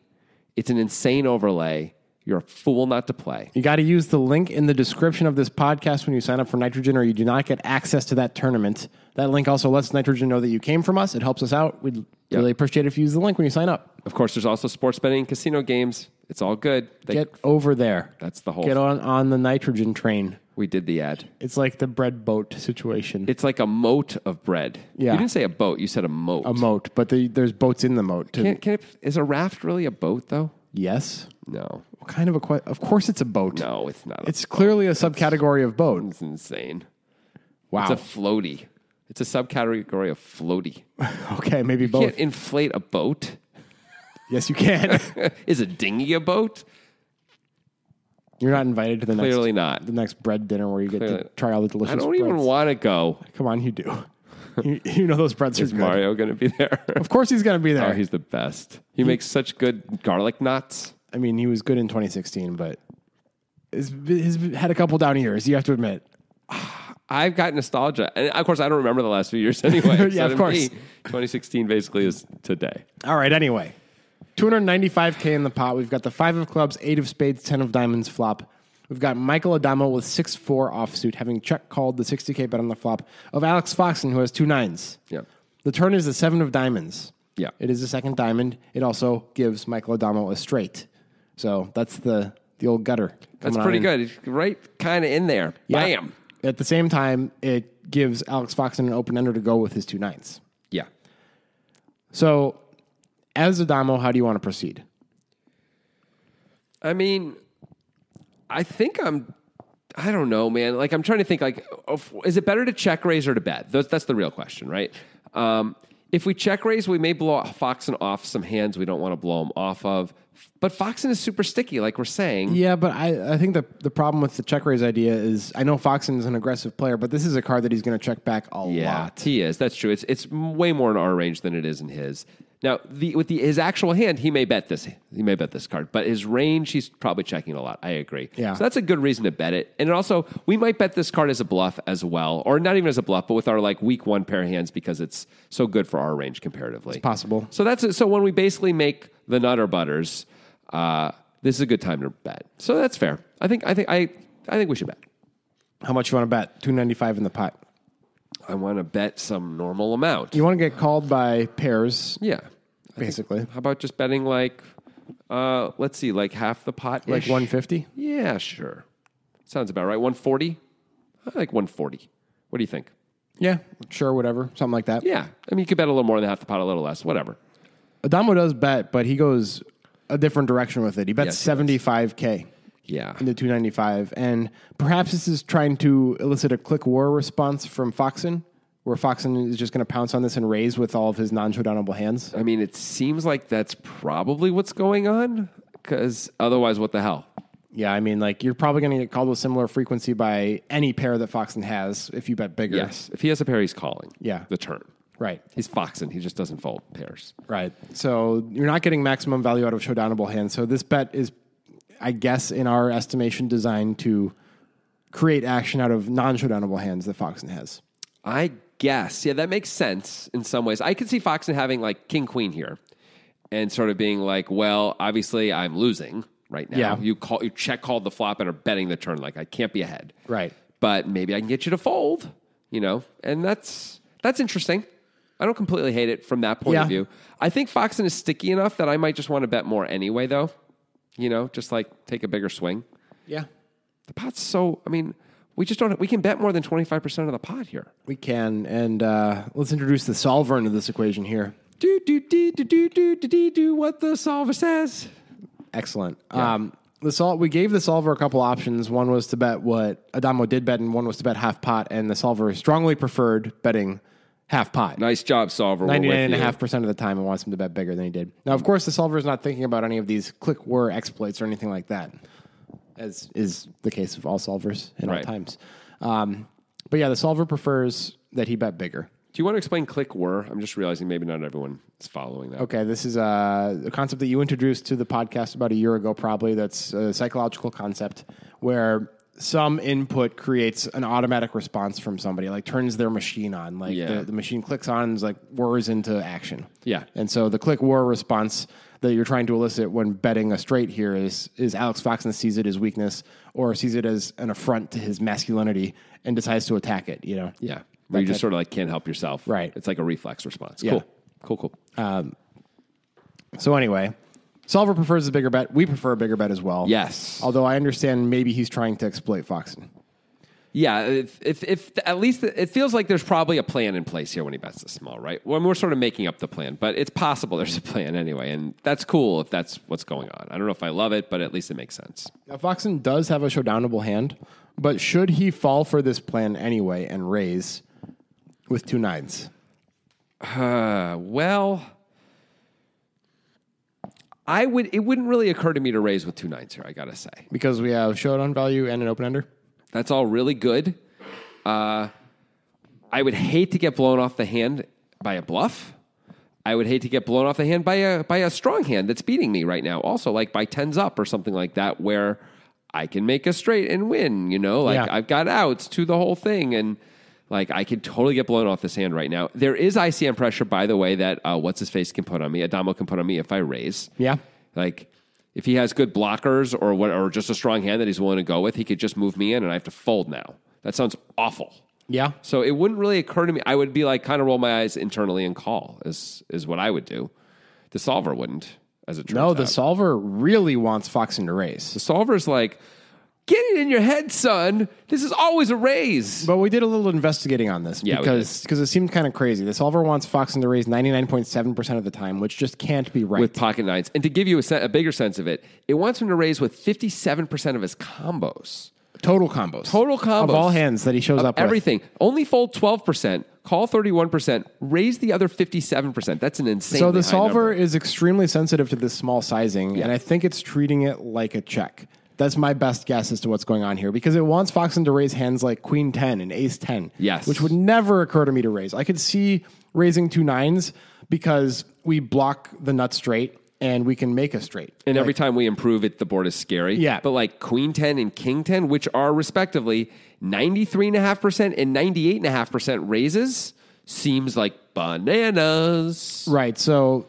Speaker 1: It's an insane overlay. You're a fool not to play.
Speaker 3: You got to use the link in the description of this podcast when you sign up for Nitrogen, or you do not get access to that tournament. That link also lets Nitrogen know that you came from us. It helps us out. We'd really appreciate it if you use the link when you sign up.
Speaker 1: Of course, there's also sports betting, casino games. It's all good. They-
Speaker 3: Get over there.
Speaker 1: That's the whole
Speaker 3: Get
Speaker 1: thing.
Speaker 3: on on the Nitrogen train.
Speaker 1: We did the ad.
Speaker 3: It's like the bread boat situation.
Speaker 1: It's like a moat of bread.
Speaker 3: Yeah.
Speaker 1: You didn't say a boat. You said a moat.
Speaker 3: a moat, but the, there's boats in the moat too.
Speaker 1: Can, can it, is a raft really a boat though?
Speaker 3: yes.
Speaker 1: No,
Speaker 3: What kind of a que- Of course, it's a boat.
Speaker 1: no, it's not.
Speaker 3: It's clearly a subcategory of boat.
Speaker 1: it's insane.
Speaker 3: Wow.
Speaker 1: It's a floaty. It's a subcategory of floaty. You
Speaker 3: okay, maybe both.
Speaker 1: can't inflate a boat.
Speaker 3: Yes, you can.
Speaker 1: Is a dinghy a boat?
Speaker 3: You're not invited to the next.
Speaker 1: Clearly not.
Speaker 3: The next bread dinner where you get to
Speaker 1: Clearly.
Speaker 3: try all the delicious.
Speaker 1: I don't even
Speaker 3: breads.
Speaker 1: want to go.
Speaker 3: Come on, you do. you, you know those breads
Speaker 1: Is
Speaker 3: are good.
Speaker 1: Mario going to be there?
Speaker 3: Of course, he's gonna be there.
Speaker 1: oh, he's the best. He makes such good garlic knots.
Speaker 3: I mean, he was good in 2016, but he's, he's had a couple down years. You have to admit.
Speaker 1: I've got nostalgia, and of course, I don't remember the last few years anyway.
Speaker 3: Yeah,
Speaker 1: So
Speaker 3: of
Speaker 1: to
Speaker 3: course.
Speaker 1: me, 2016 basically is today.
Speaker 3: All right. Anyway, 295k in the pot. We've got the five of clubs, eight of spades, ten of diamonds flop. We've got Michael Adamo with six four offsuit, having check called the 60k bet on the flop of Alex Foxen, who has two nines.
Speaker 1: Yeah.
Speaker 3: The turn is the seven of diamonds.
Speaker 1: Yeah.
Speaker 3: It is the second diamond. It also gives Michael Adamo a straight. So that's the the old gutter.
Speaker 1: That's
Speaker 3: coming on
Speaker 1: pretty
Speaker 3: in.
Speaker 1: good. It's right kind of in there.
Speaker 3: Yeah.
Speaker 1: Bam.
Speaker 3: At the same time, it gives Alex Foxen an open ender to go with his two nines.
Speaker 1: Yeah.
Speaker 3: So, as Adamo, how do you want to proceed?
Speaker 1: I mean, I think I'm, I don't know, man. Like, I'm trying to think, like, of- is it better to check raise or to bet? That's, that's the real question, right? Um, if we check raise, we may blow Foxen off some hands we don't want to blow him off of. But Foxen is super sticky, like we're saying.
Speaker 3: Yeah, but I, I think the, the problem with the check raise idea is I know Foxen is an aggressive player, but this is a card that he's going to check back a lot.
Speaker 1: He is. That's true. It's it's way more in our range than it is in his. Now, the with the his actual hand, he may bet this. He may bet this card, but his range, he's probably checking a lot. I agree.
Speaker 3: Yeah.
Speaker 1: So that's a good reason to bet it. And also, we might bet this card as a bluff as well, or not even as a bluff, but with our like weak one pair of hands because it's so good for our range comparatively. It's
Speaker 3: possible.
Speaker 1: So that's it. so when we basically make the nutter butters, uh, this is a good time to bet. So that's fair. I think I think I I think we should bet.
Speaker 3: How much you want to bet? 295 in the pot.
Speaker 1: I want to bet some normal amount.
Speaker 3: You want to get called by pairs,
Speaker 1: yeah.
Speaker 3: basically,
Speaker 1: How about just betting like, uh, let's see, like half the pot,
Speaker 3: like 150.
Speaker 1: Yeah, sure. Sounds about right. One forty. I like one forty. What do you think?
Speaker 3: Yeah, sure, whatever, something like that.
Speaker 1: Yeah, I mean, you could bet a little more than half the pot, a little less, whatever.
Speaker 3: Adamo does bet, but he goes a different direction with it. He
Speaker 1: Yes,
Speaker 3: bets
Speaker 1: he does.
Speaker 3: 75K
Speaker 1: Yeah,
Speaker 3: into 295. And perhaps this is trying to elicit a click war response from Foxen, where Foxen is just going to pounce on this and raise with all of his non showdownable hands.
Speaker 1: I mean, it seems like that's probably what's going on, because otherwise, what the hell?
Speaker 3: Yeah, I mean, like, you're probably going to get called with similar frequency by any pair that Foxen has if you bet bigger.
Speaker 1: Yes, if he has a pair, he's calling.
Speaker 3: Yeah.
Speaker 1: the turn.
Speaker 3: Right,
Speaker 1: He's foxing. He just doesn't fold pairs.
Speaker 3: right. So you're not getting maximum value out of showdownable hands. So this bet is, I guess, in our estimation, designed to create action out of non showdownable hands that Foxen has.
Speaker 1: I guess. Yeah, that makes sense in some ways. I could see Foxen having like king queen here and sort of being like, well, obviously I'm losing right now.
Speaker 3: Yeah.
Speaker 1: You call you check called the flop and are betting the turn like I can't be ahead.
Speaker 3: Right.
Speaker 1: But maybe I can get you to fold, you know. And that's that's interesting. I don't completely hate it from that point
Speaker 3: Yeah.
Speaker 1: of view. I think Foxen is sticky enough that I might just want to bet more anyway though. You know, just like take a bigger swing
Speaker 3: Yeah.
Speaker 1: the pot's so i mean We just don't. We can bet more than twenty five percent of the pot here.
Speaker 3: We can. And uh, let's introduce the solver into this equation here.
Speaker 1: Do do do do do do do do do what the solver says.
Speaker 3: Excellent. Um, the sol- we gave the solver a couple options. One was to bet what Adamo did bet, and one was to bet half pot. And the solver strongly preferred betting half pot.
Speaker 1: Nice job, solver. We're with
Speaker 3: Ninety-nine and a
Speaker 1: you.
Speaker 3: half percent of the time, and wants him to bet bigger than he did. Now, of course, the solver is not thinking about any of these click were exploits or anything like that, as is the case of all solvers in all
Speaker 1: Right.
Speaker 3: times. Um, but yeah, the solver prefers that he bet bigger.
Speaker 1: Do you want to explain click were? I'm just realizing maybe not everyone is following that.
Speaker 3: Okay, this is uh, a, a concept that you introduced to the podcast about a year ago, probably. That's a psychological concept where some input creates an automatic response from somebody, like turns their machine on. Like
Speaker 1: Yeah.
Speaker 3: the, the machine clicks on and is like whirs into action.
Speaker 1: Yeah.
Speaker 3: And so the click whir response that you're trying to elicit when betting a straight here is is Alex Foxen sees it as weakness or sees it as an affront to his masculinity and decides to attack it, you know?
Speaker 1: Yeah. Where you just sort of like can't help yourself.
Speaker 3: Right.
Speaker 1: It's like a reflex response.
Speaker 3: Yeah. Um,
Speaker 1: Cool. Cool, cool.
Speaker 3: So anyway, Solver prefers the bigger bet. We prefer a bigger bet as well.
Speaker 1: Yes.
Speaker 3: Although I understand maybe he's trying to exploit Foxen.
Speaker 1: yeah. If, if, if at least it feels like there's probably a plan in place here when he bets this small, right? Well, I mean, we're sort of making up the plan, but it's possible there's a plan anyway. And that's cool if that's what's going on. I don't know if I love it, but at least it makes sense.
Speaker 3: Now Foxen does have a showdownable hand, but should he fall for this plan anyway and raise with two nines?
Speaker 1: Uh, well, I would, it wouldn't really occur to me to raise with two nines here, I got to say.
Speaker 3: Because we have showdown value and an open ender.
Speaker 1: That's all really good. Uh, I would hate to get blown off the hand by a bluff. I would hate to get blown off the hand by a by a strong hand that's beating me right now. Also, like by tens up or something like that, where I can make a straight and win. You know, like
Speaker 3: Yeah.
Speaker 1: I've got outs to the whole thing, and like I could totally get blown off this hand right now. There is ICM pressure, by the way, that uh, what's his face can put on me. Adamo can put on me if I raise.
Speaker 3: Yeah.
Speaker 1: Like if he has good blockers or what, or just a strong hand that he's willing to go with, he could just move me in, and I have to fold now. That sounds awful.
Speaker 3: Yeah.
Speaker 1: So it wouldn't really occur to me. I would be like, kind of roll my eyes internally and call is is what I would do. The solver wouldn't, as it turns
Speaker 3: No,
Speaker 1: out.
Speaker 3: the solver really wants Foxen to raise.
Speaker 1: the solver's like, get it in your head, son. This is always a raise.
Speaker 3: But we did a little investigating on this
Speaker 1: Yeah, we
Speaker 3: because because it seemed kind of crazy. The solver wants Foxen to raise 99.7% of the time, which just can't be right.
Speaker 1: with pocket nines. And to give you a, se- a bigger sense of it, it wants him to raise with 57% of his combos.
Speaker 3: total combos.
Speaker 1: Total combos.
Speaker 3: Of all hands that he shows
Speaker 1: Of
Speaker 3: up with.
Speaker 1: Everything. Only fold 12%, call 31%, raise the other 57%. That's an insane
Speaker 3: So the solver is extremely sensitive to this small sizing,
Speaker 1: Yeah.
Speaker 3: and I think it's treating it like a check. That's my best guess as to what's going on here because it wants Foxen to raise hands like Queen 10 and Ace 10.
Speaker 1: Yes.
Speaker 3: Which would never occur to me to raise. I could see raising two nines because we block the nut straight and we can make a straight.
Speaker 1: And
Speaker 3: Like,
Speaker 1: every time we improve it, the board is scary.
Speaker 3: Yeah.
Speaker 1: But like Queen 10 and King 10, which are respectively 93.5% and 98.5% raises, seems like bananas.
Speaker 3: Right. So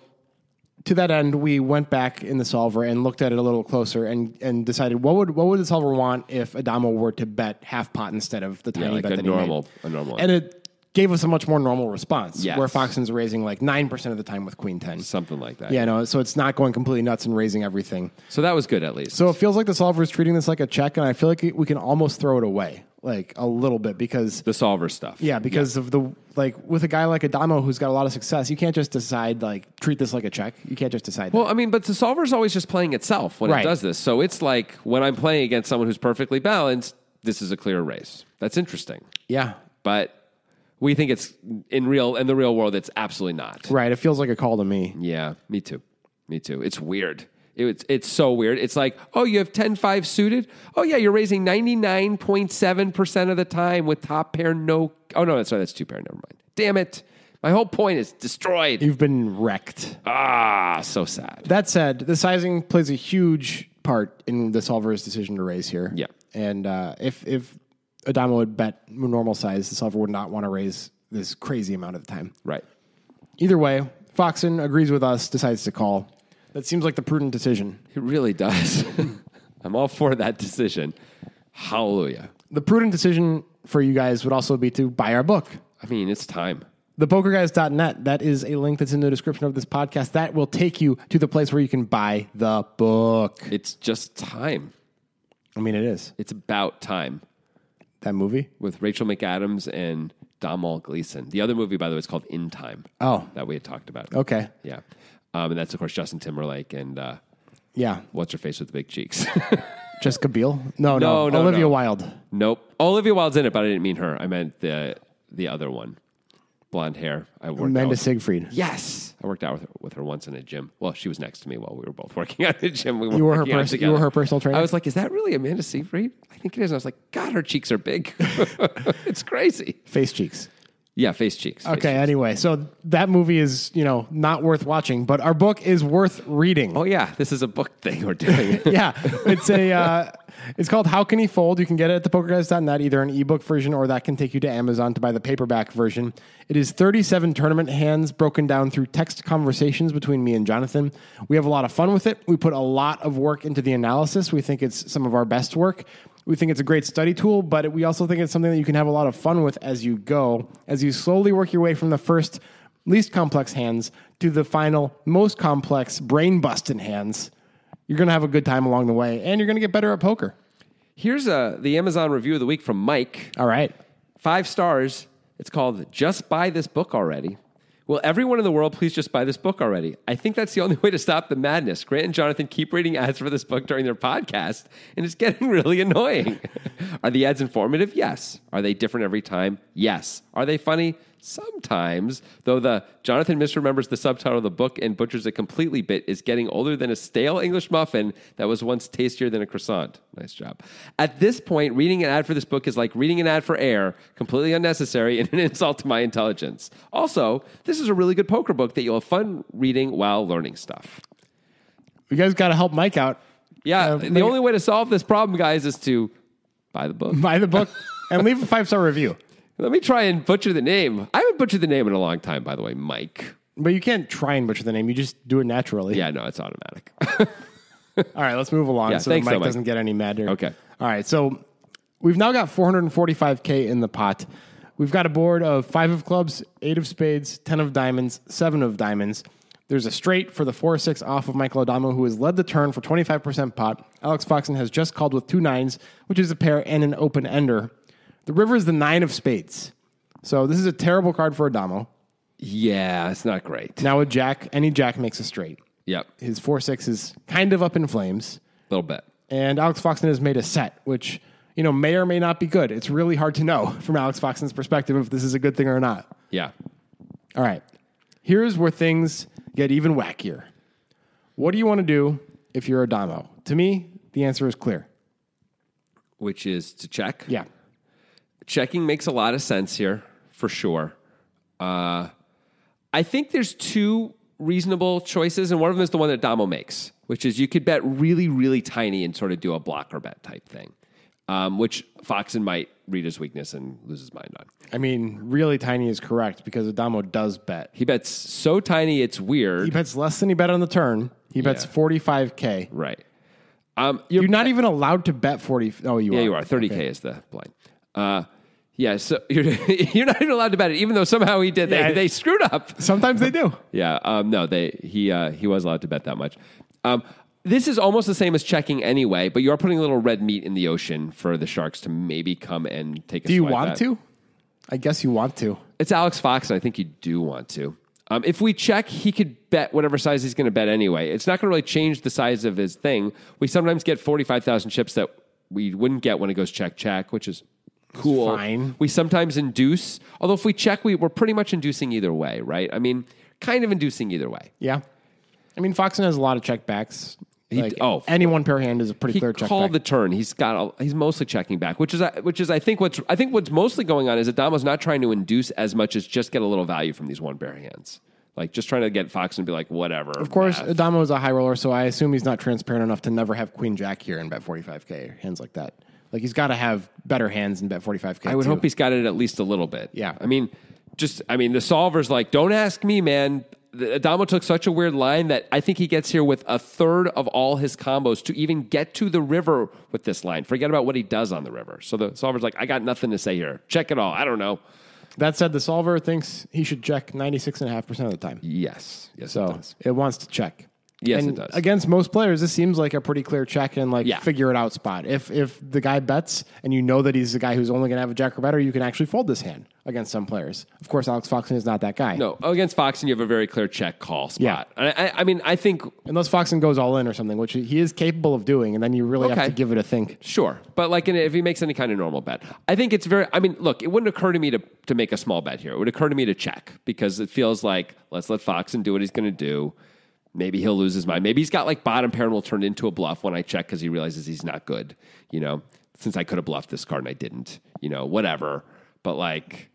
Speaker 3: to that end, we went back in the solver and looked at it a little closer and, and decided what would what would the solver want if Adamo were to bet half pot instead of the tiny
Speaker 1: like
Speaker 3: bet
Speaker 1: a
Speaker 3: that he made?
Speaker 1: normal- a normal
Speaker 3: And it gave us a much more normal response.
Speaker 1: Yes.
Speaker 3: Where Foxen's raising like nine percent of the time with Queen Ten.
Speaker 1: Something like that.
Speaker 3: yeah, no, so it's not going completely nuts and raising everything.
Speaker 1: So that was good at least.
Speaker 3: So it feels like the solver is treating this like a check, and I feel like we can almost throw it away, like a little bit, because
Speaker 1: the solver stuff.
Speaker 3: yeah, because of the like with a guy like Adamo who's got a lot of success, you can't just decide like treat this like a check. You can't just decide.
Speaker 1: Well, I mean, but the solver's always just playing itself when
Speaker 3: Right.
Speaker 1: it does this. So it's like when I'm playing against someone who's perfectly balanced, this is a clear race. That's interesting.
Speaker 3: that. yeah,
Speaker 1: But we think it's in real in the real world it's absolutely not.
Speaker 3: right. It feels like a call to me.
Speaker 1: Yeah, me too. Me too. It's weird. It- It's it's so weird. It's like, oh, you have 10-5 suited? Oh yeah, you're raising 99.7% of the time with top pair no Oh no, that's sorry, that's two pair, never mind. Damn it. My whole point is destroyed.
Speaker 3: You've been wrecked.
Speaker 1: Ah, so sad.
Speaker 3: That said, the sizing plays a huge part in the solver's decision to raise here.
Speaker 1: Yeah.
Speaker 3: and uh, if if Adamo would bet normal size, the solver would not want to raise this crazy amount of the time.
Speaker 1: Right.
Speaker 3: Either way, Foxen agrees with us, decides to call. That seems like the prudent decision.
Speaker 1: It really does. I'm all for that decision. Hallelujah.
Speaker 3: The prudent decision for you guys would also be to buy our book.
Speaker 1: I mean, it's time.
Speaker 3: thepokerguys.net. That is a link that's in the description of this podcast. That will take you to the place where you can buy the book.
Speaker 1: It's just time.
Speaker 3: I mean, it is.
Speaker 1: It's about time.
Speaker 3: That movie?
Speaker 1: with Rachel McAdams and Domhnall Gleeson. The other movie, by the way, is called In Time.
Speaker 3: Oh.
Speaker 1: that we had talked about.
Speaker 3: Okay.
Speaker 1: yeah, um, and that's of course Justin Timberlake and uh,
Speaker 3: Yeah.
Speaker 1: what's her face with the big cheeks.
Speaker 3: Jessica Biel?
Speaker 1: No,
Speaker 3: No, no.
Speaker 1: no,
Speaker 3: Olivia
Speaker 1: no.
Speaker 3: Wilde.
Speaker 1: nope, Olivia Wilde's in it, but I didn't mean her. I meant the the other one, blonde hair. I worked out
Speaker 3: Amanda
Speaker 1: with-
Speaker 3: Siegfried.
Speaker 1: Yes, I worked out with her, with her once in a gym. Well, she was next to me while we were both working out at the gym. We
Speaker 3: You were her
Speaker 1: working out
Speaker 3: pers- you
Speaker 1: together.
Speaker 3: were her personal trainer?
Speaker 1: I was like, "Is that really Amanda Seyfried?" I think it is. And I was like, "God, her cheeks are big. it's crazy."
Speaker 3: Face cheeks.
Speaker 1: Yeah, face cheeks. face
Speaker 3: Okay,
Speaker 1: cheeks.
Speaker 3: anyway, so that movie is, you know, not worth watching, but our book is worth reading.
Speaker 1: Oh yeah, this is a book thing we're doing.
Speaker 3: yeah, it's a uh, it's called How Can He Fold. You can get it at thepokerguys.net, either an ebook version or that can take you to Amazon to buy the paperback version. It is 37 tournament hands broken down through text conversations between me and Jonathan. We have a lot of fun with it. We put a lot of work into the analysis. We think it's some of our best work. We think it's a great study tool, but we also think it's something that you can have a lot of fun with as you go, as you slowly work your way from the first least complex hands to the final most complex brain busting hands you're going to have a good time along the way and you're going to get better at poker.
Speaker 1: Here's uh the Amazon review of the week from Mike. Uh,
Speaker 3: All right.
Speaker 1: Five stars. It's called "Just Buy This Book Already." Will everyone in the world please just buy this book already? I think that's the only way to stop the madness. Grant and Jonathan keep reading ads for this book during their podcast, and it's getting really annoying. Are the ads informative? Yes. Are they different every time? Yes. Are they funny? Sometimes, though the Jonathan misremembers the subtitle of the book and butchers it completely bit is getting older than a stale English muffin that was once tastier than a croissant. Nice job. At this point, reading an ad for this book is like reading an ad for air, completely unnecessary and an insult to my intelligence. Also, this is a really good poker book that you'll have fun reading while learning stuff.
Speaker 3: You guys got to help Mike out.
Speaker 1: Yeah,
Speaker 3: Uh,
Speaker 1: the
Speaker 3: make-
Speaker 1: only way to solve this problem, guys, is to buy the book.
Speaker 3: Buy the book and leave a five star review.
Speaker 1: Let me try and butcher the name. I haven't butchered the name in a long time, by the way, Mike.
Speaker 3: But you can't try and butcher the name. You just do it naturally.
Speaker 1: Yeah, no, it's automatic.
Speaker 3: All right, let's move along
Speaker 1: Yeah,
Speaker 3: so that
Speaker 1: thanks so
Speaker 3: Mike
Speaker 1: much.
Speaker 3: doesn't get any madder.
Speaker 1: Okay.
Speaker 3: All right, so we've now got 445K in the pot. We've got a board of five of clubs, eight of spades, 10 of diamonds, seven of diamonds. There's a straight for the 4 6 off of Michael Adamo, who has led the turn for 25% pot. Alex Foxen has just called with two nines, which is a pair and an open ender. The river is the nine of spades. So this is a terrible card for Adamo.
Speaker 1: yeah, it's not great.
Speaker 3: Now a jack, any jack makes a straight.
Speaker 1: Yep, a
Speaker 3: His 4 6 is kind of up in flames
Speaker 1: little bit.
Speaker 3: and Alex Foxen has made a set, which you know may or may not be good. It's really hard to know from Alex Foxen's perspective if this is a good thing or not.
Speaker 1: Yeah.
Speaker 3: All right, here's where things get even wackier. What do you want to do if you're a Damo? To me, the answer is clear.
Speaker 1: Which is to check.
Speaker 3: Yeah,
Speaker 1: Checking makes a lot of sense here, for sure. Uh, I think there's two reasonable choices, and one of them is the one that Damo makes, which is you could bet really, really tiny and sort of do a blocker bet type thing, um, which Foxen might read as weakness and lose his mind on.
Speaker 3: I mean, really tiny is correct because Adamo does bet.
Speaker 1: He bets so tiny it's
Speaker 3: He
Speaker 1: weird.
Speaker 3: bets less than he bet on the turn. He bets
Speaker 1: Yeah.
Speaker 3: 45k.
Speaker 1: right. Um,
Speaker 3: You're not even allowed to bet 40. Oh, you
Speaker 1: Yeah,
Speaker 3: are.
Speaker 1: you are. Thirty k
Speaker 3: Okay.
Speaker 1: is the blind. Uh, yeah, so you're you're not even allowed to bet it, even though somehow he did. They
Speaker 3: Yeah.
Speaker 1: they screwed up.
Speaker 3: Sometimes they do.
Speaker 1: Yeah, um, no, they he uh, he was allowed to bet that much. Um, this is almost the same as checking anyway, but you are putting a little red meat in the ocean for the sharks to maybe come and take. a
Speaker 3: Do you
Speaker 1: swipe
Speaker 3: want
Speaker 1: at.
Speaker 3: to? I guess you want to.
Speaker 1: It's Alex Fox, and I think you do want to. Um, if we check, he could bet whatever size he's going to bet anyway. It's not going to really change the size of his thing. We sometimes get 45,000 chips that we wouldn't get when it goes check, check, which is cool.
Speaker 3: Fine.
Speaker 1: We sometimes induce, although if we check, we, we're pretty much inducing either way, right? I mean, kind of inducing either way.
Speaker 3: Yeah. I mean, Foxen has a lot of checkbacks. Like,
Speaker 1: oh.
Speaker 3: any one pair hand is a pretty
Speaker 1: He
Speaker 3: clear
Speaker 1: called
Speaker 3: checkback.
Speaker 1: the turn. He's got. A, he's mostly checking back, which is which is I think what's I think what's mostly going on is Adamo's not trying to induce as much as just get a little value from these one bare hands, like just trying to get Fox and be like whatever.
Speaker 3: of course, Adamo is a high roller, so I assume he's not transparent enough to never have Queen Jack here and bet 45K or hands like that. Like, he's got to have better hands and bet 45K.
Speaker 1: I would
Speaker 3: too.
Speaker 1: hope he's got it at least a little bit.
Speaker 3: Yeah.
Speaker 1: I mean, just I mean the solver's like, don't ask me, man. The- Adamo took such a weird line that I think he gets here with a third of all his combos to even get to the river with this line. Forget about what he does on the river. So the solver's like, I got nothing to say here. Check it all. I don't know.
Speaker 3: That said, the solver thinks he should check 96.5% of the time.
Speaker 1: Yes. Yes. it
Speaker 3: So
Speaker 1: does.
Speaker 3: it wants to check.
Speaker 1: Yes,
Speaker 3: and
Speaker 1: it does.
Speaker 3: Against most players, this seems like a pretty clear check and like
Speaker 1: Yeah.
Speaker 3: figure it out spot. If if the guy bets and you know that he's the guy who's only going to have a jack or better, you can actually fold this hand against some players. Of course, Alex Foxen is not that guy.
Speaker 1: No, against Foxen, you have a very clear check call spot.
Speaker 3: Yeah.
Speaker 1: I, I, I mean, I think
Speaker 3: unless Foxen goes all in or something, which he is capable of doing, and then you really
Speaker 1: Okay.
Speaker 3: have to give it a think.
Speaker 1: Sure, but like in, if he makes any kind of normal bet, I think it's very. I mean, look, it wouldn't occur to me to to make a small bet here. It would occur to me to check because it feels like let's let Foxen do what he's going to do. Maybe he'll lose his mind. Maybe he's got like bottom pair and will turn into a bluff when I check because he realizes he's not good. You know, since I could have bluffed this card and I didn't. You know, whatever. But like,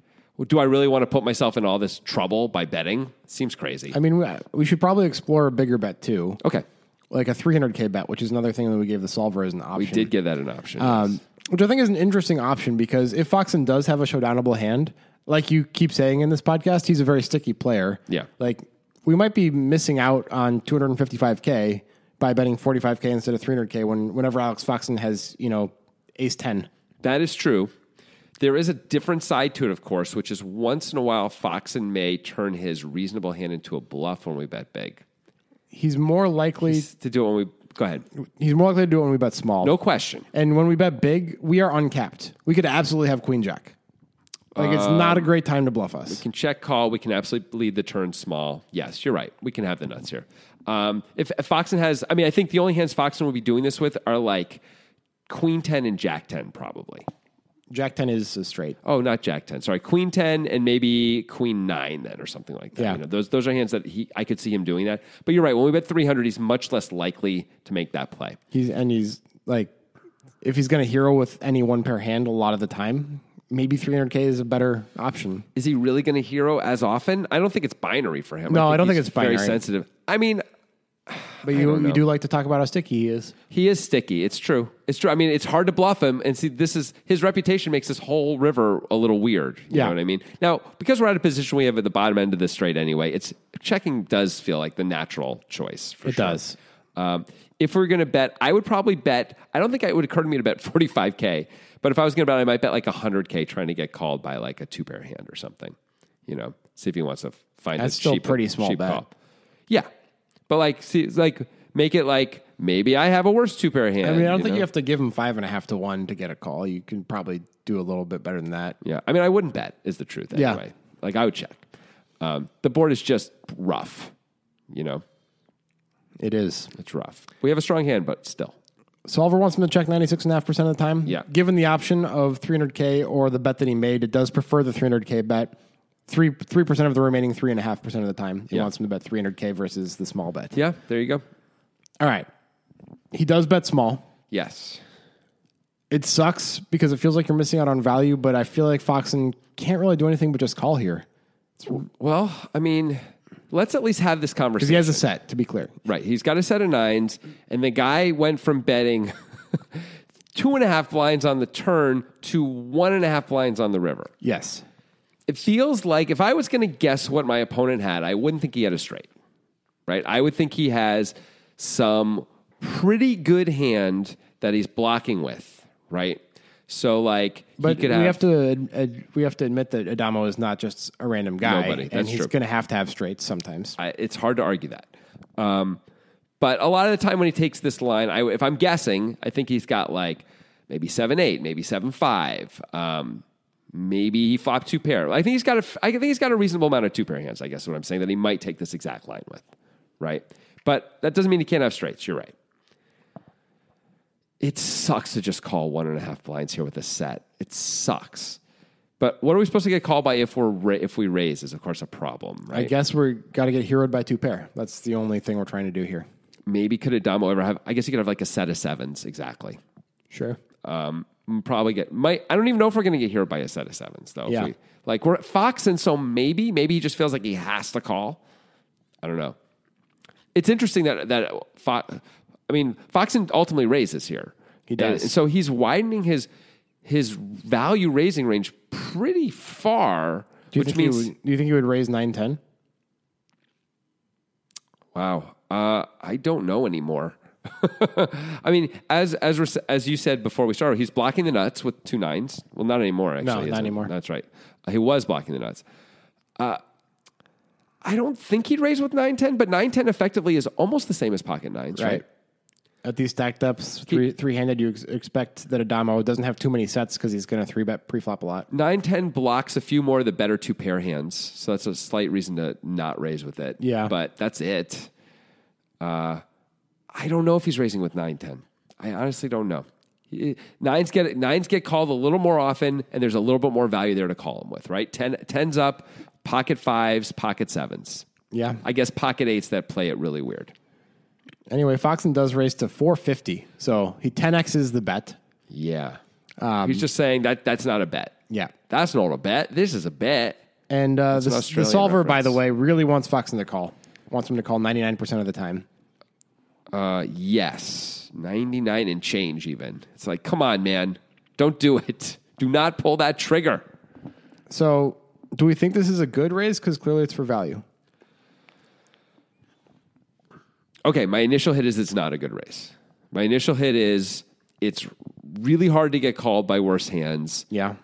Speaker 1: do I really want to put myself in all this trouble by betting? Seems crazy.
Speaker 3: I mean, we- we should probably explore a bigger bet too,
Speaker 1: okay,
Speaker 3: like a 300k bet, which is another thing that we gave the solver as an option.
Speaker 1: we did give that an option.
Speaker 3: um, which I think is an interesting option because if Foxen does have a showdownable hand, like you keep saying in this podcast, he's a very sticky player.
Speaker 1: Yeah.
Speaker 3: Like we might be missing out on 255k by betting 45k instead of 300k when whenever Alex Foxen has you know ace 10.
Speaker 1: That is true. There is a different side to it, of course, which is once in a while Foxen may turn his reasonable hand into a bluff when we bet big.
Speaker 3: He's more likely
Speaker 1: To do it when we go ahead.
Speaker 3: he's more likely to do it when we bet small.
Speaker 1: No question.
Speaker 3: And when we bet big, we are uncapped. We could absolutely have queen jack. Like it's not a great time to bluff us.
Speaker 1: Um, We can check call. We can absolutely lead the turn small. Yes, you're right. We can have the nuts here. Um, if, if Foxen has, I mean, I think the only hands Foxen will be doing this with are like Queen 10 and Jack 10, probably.
Speaker 3: Jack 10 is a straight.
Speaker 1: Oh, not Jack ten. Sorry, Queen ten and maybe Queen nine then, or something like that.
Speaker 3: Yeah.
Speaker 1: You know, those those are hands that he I could see him doing that. But you're right. When we bet three hundred, he's much less likely to make that play.
Speaker 3: He's and he's like, if he's going to hero with any one pair hand a lot of the time, maybe 300k is a better option.
Speaker 1: Is he really going to hero as often? I don't think it's binary for him.
Speaker 3: No, I don't think
Speaker 1: he's
Speaker 3: it's
Speaker 1: Very
Speaker 3: binary.
Speaker 1: sensitive. I mean,
Speaker 3: But you you do like to talk about how sticky he is.
Speaker 1: he is sticky. It's true. It's true. I mean, it's hard to bluff him. And see, this is his reputation makes this whole river a little weird. You
Speaker 3: Yeah.
Speaker 1: know what I mean? Now, because we're at a position we have at the bottom end of this straight anyway, it's checking does feel like the natural choice. For
Speaker 3: It
Speaker 1: sure.
Speaker 3: does.
Speaker 1: Um, if we're going to bet, I would probably bet. I don't think it would occur to me to bet 45K, but if I was going to bet, I might bet like 100K trying to get called by like a two pair hand or something, you know, see if he wants to find
Speaker 3: That's
Speaker 1: his
Speaker 3: still
Speaker 1: cheap-
Speaker 3: pretty small
Speaker 1: cheap
Speaker 3: bet.
Speaker 1: call. Yeah. But like, see, it's like make it like maybe I have a worse two pair hand.
Speaker 3: I mean, I don't
Speaker 1: you
Speaker 3: think
Speaker 1: know?
Speaker 3: you have to give him five and a half to one to get a call. You can probably do a little bit better than that.
Speaker 1: Yeah. I mean, I wouldn't bet, is the truth
Speaker 3: Yeah.
Speaker 1: anyway. Like, I would check. Um, the board is just rough, you know,
Speaker 3: It is.
Speaker 1: it's rough. We have a strong hand, but still.
Speaker 3: Solver wants him to check 96.5% of the time.
Speaker 1: Yeah.
Speaker 3: Given the option of 300K or the bet that he made, it does prefer the 300K bet. Three, 3% of the remaining 3.5% of the time, he
Speaker 1: Yeah.
Speaker 3: wants him to bet 300K versus the small bet.
Speaker 1: Yeah. There you go.
Speaker 3: All right. He does bet small.
Speaker 1: Yes.
Speaker 3: It sucks because it feels like you're missing out on value, but I feel like Foxen can't really do anything but just call here.
Speaker 1: Well, I mean, let's at least have this
Speaker 3: He
Speaker 1: conversation.
Speaker 3: has a set, to be clear.
Speaker 1: right. He's got a set of nines, and the guy went from betting two and a half blinds on the turn to one and a half blinds on the river.
Speaker 3: Yes.
Speaker 1: It feels like if I was going to guess what my opponent had, I wouldn't think he had a straight, right? I would think he has some pretty good hand that he's blocking with, right? So, like,
Speaker 3: But
Speaker 1: he could
Speaker 3: we have, to ad- ad- we have to admit that Adamo is not just a random guy,
Speaker 1: Nobody.
Speaker 3: and
Speaker 1: That's
Speaker 3: he's
Speaker 1: true.
Speaker 3: going to have to have straights sometimes.
Speaker 1: I, it's hard to argue that. Um, but a lot of the time when he takes this line, I, if I'm guessing, I think he's got like maybe seven eight, maybe seven five. Um, maybe he flopped two pair. I think he's got a, I think he's got a reasonable amount of two pair hands. I guess is what I'm saying that he might take this exact line with, right? But that doesn't mean he can't have straights. You're right. It sucks to just call one and a half blinds here with a set. It sucks. But what are we supposed to get called by if we're ra- if we raise is of course a problem, right?
Speaker 3: I guess we're got to get heroed by two pair. That's the only thing we're trying to do here.
Speaker 1: maybe could Adamo ever have? I guess he could have like a set of sevens exactly.
Speaker 3: Sure.
Speaker 1: Um, probably get might. I don't even know if we're going to get here by a set of sevens though. if
Speaker 3: Yeah.
Speaker 1: we- like we're at Fox, and so maybe maybe he just feels like he has to call. I don't know. It's interesting that that Fox. I mean, Foxen ultimately raises here. He
Speaker 3: does.
Speaker 1: so he's widening his his value raising range pretty far,
Speaker 3: Do you
Speaker 1: which
Speaker 3: think
Speaker 1: means
Speaker 3: he would, do you think he would raise nine ten?
Speaker 1: Wow. Uh, I don't know anymore. I mean, as as we're- as you said before we started, he's blocking the nuts with two nines. Well, not anymore. Actually,
Speaker 3: not
Speaker 1: isn't it?
Speaker 3: anymore.
Speaker 1: That's right. He was blocking the nuts. Uh, I don't think he'd raise with 9-10, but 9-10 effectively is almost the same as pocket nines, right?
Speaker 3: At these stacked ups, three three handed, you ex- expect that Adamo doesn't have too many sets because he's going to three bet preflop a lot.
Speaker 1: 9-10 blocks a few more of the better two pair hands, so that's a slight reason to not raise with it.
Speaker 3: Yeah.
Speaker 1: But that's it. Uh, I don't know if he's raising with 9-10. I honestly don't know. He- Nines get nines get called a little more often, and there's a little bit more value there to call them with, right? Ten, tens up, pocket fives, pocket sevens.
Speaker 3: Yeah.
Speaker 1: I guess pocket eights that play it really weird.
Speaker 3: Anyway, Foxen does raise to 450, so he 10x's the bet.
Speaker 1: Yeah. He's just saying that that's not a bet.
Speaker 3: Yeah.
Speaker 1: That's not a bet. This is a bet.
Speaker 3: And uh, the,
Speaker 1: an
Speaker 3: the
Speaker 1: Australian
Speaker 3: solver, by
Speaker 1: reference.
Speaker 3: the way, really wants Foxen to call. Wants him to call 99% of the time.
Speaker 1: Uh, yes. 99 and change, even. It's like, come on, man. Don't do it. Do not pull that trigger.
Speaker 3: So, do we think this is a good raise? Because clearly it's for value.
Speaker 1: Okay, my initial hit is it's not a good race. My initial hit is it's really hard to get called by worse hands.
Speaker 3: Yeah.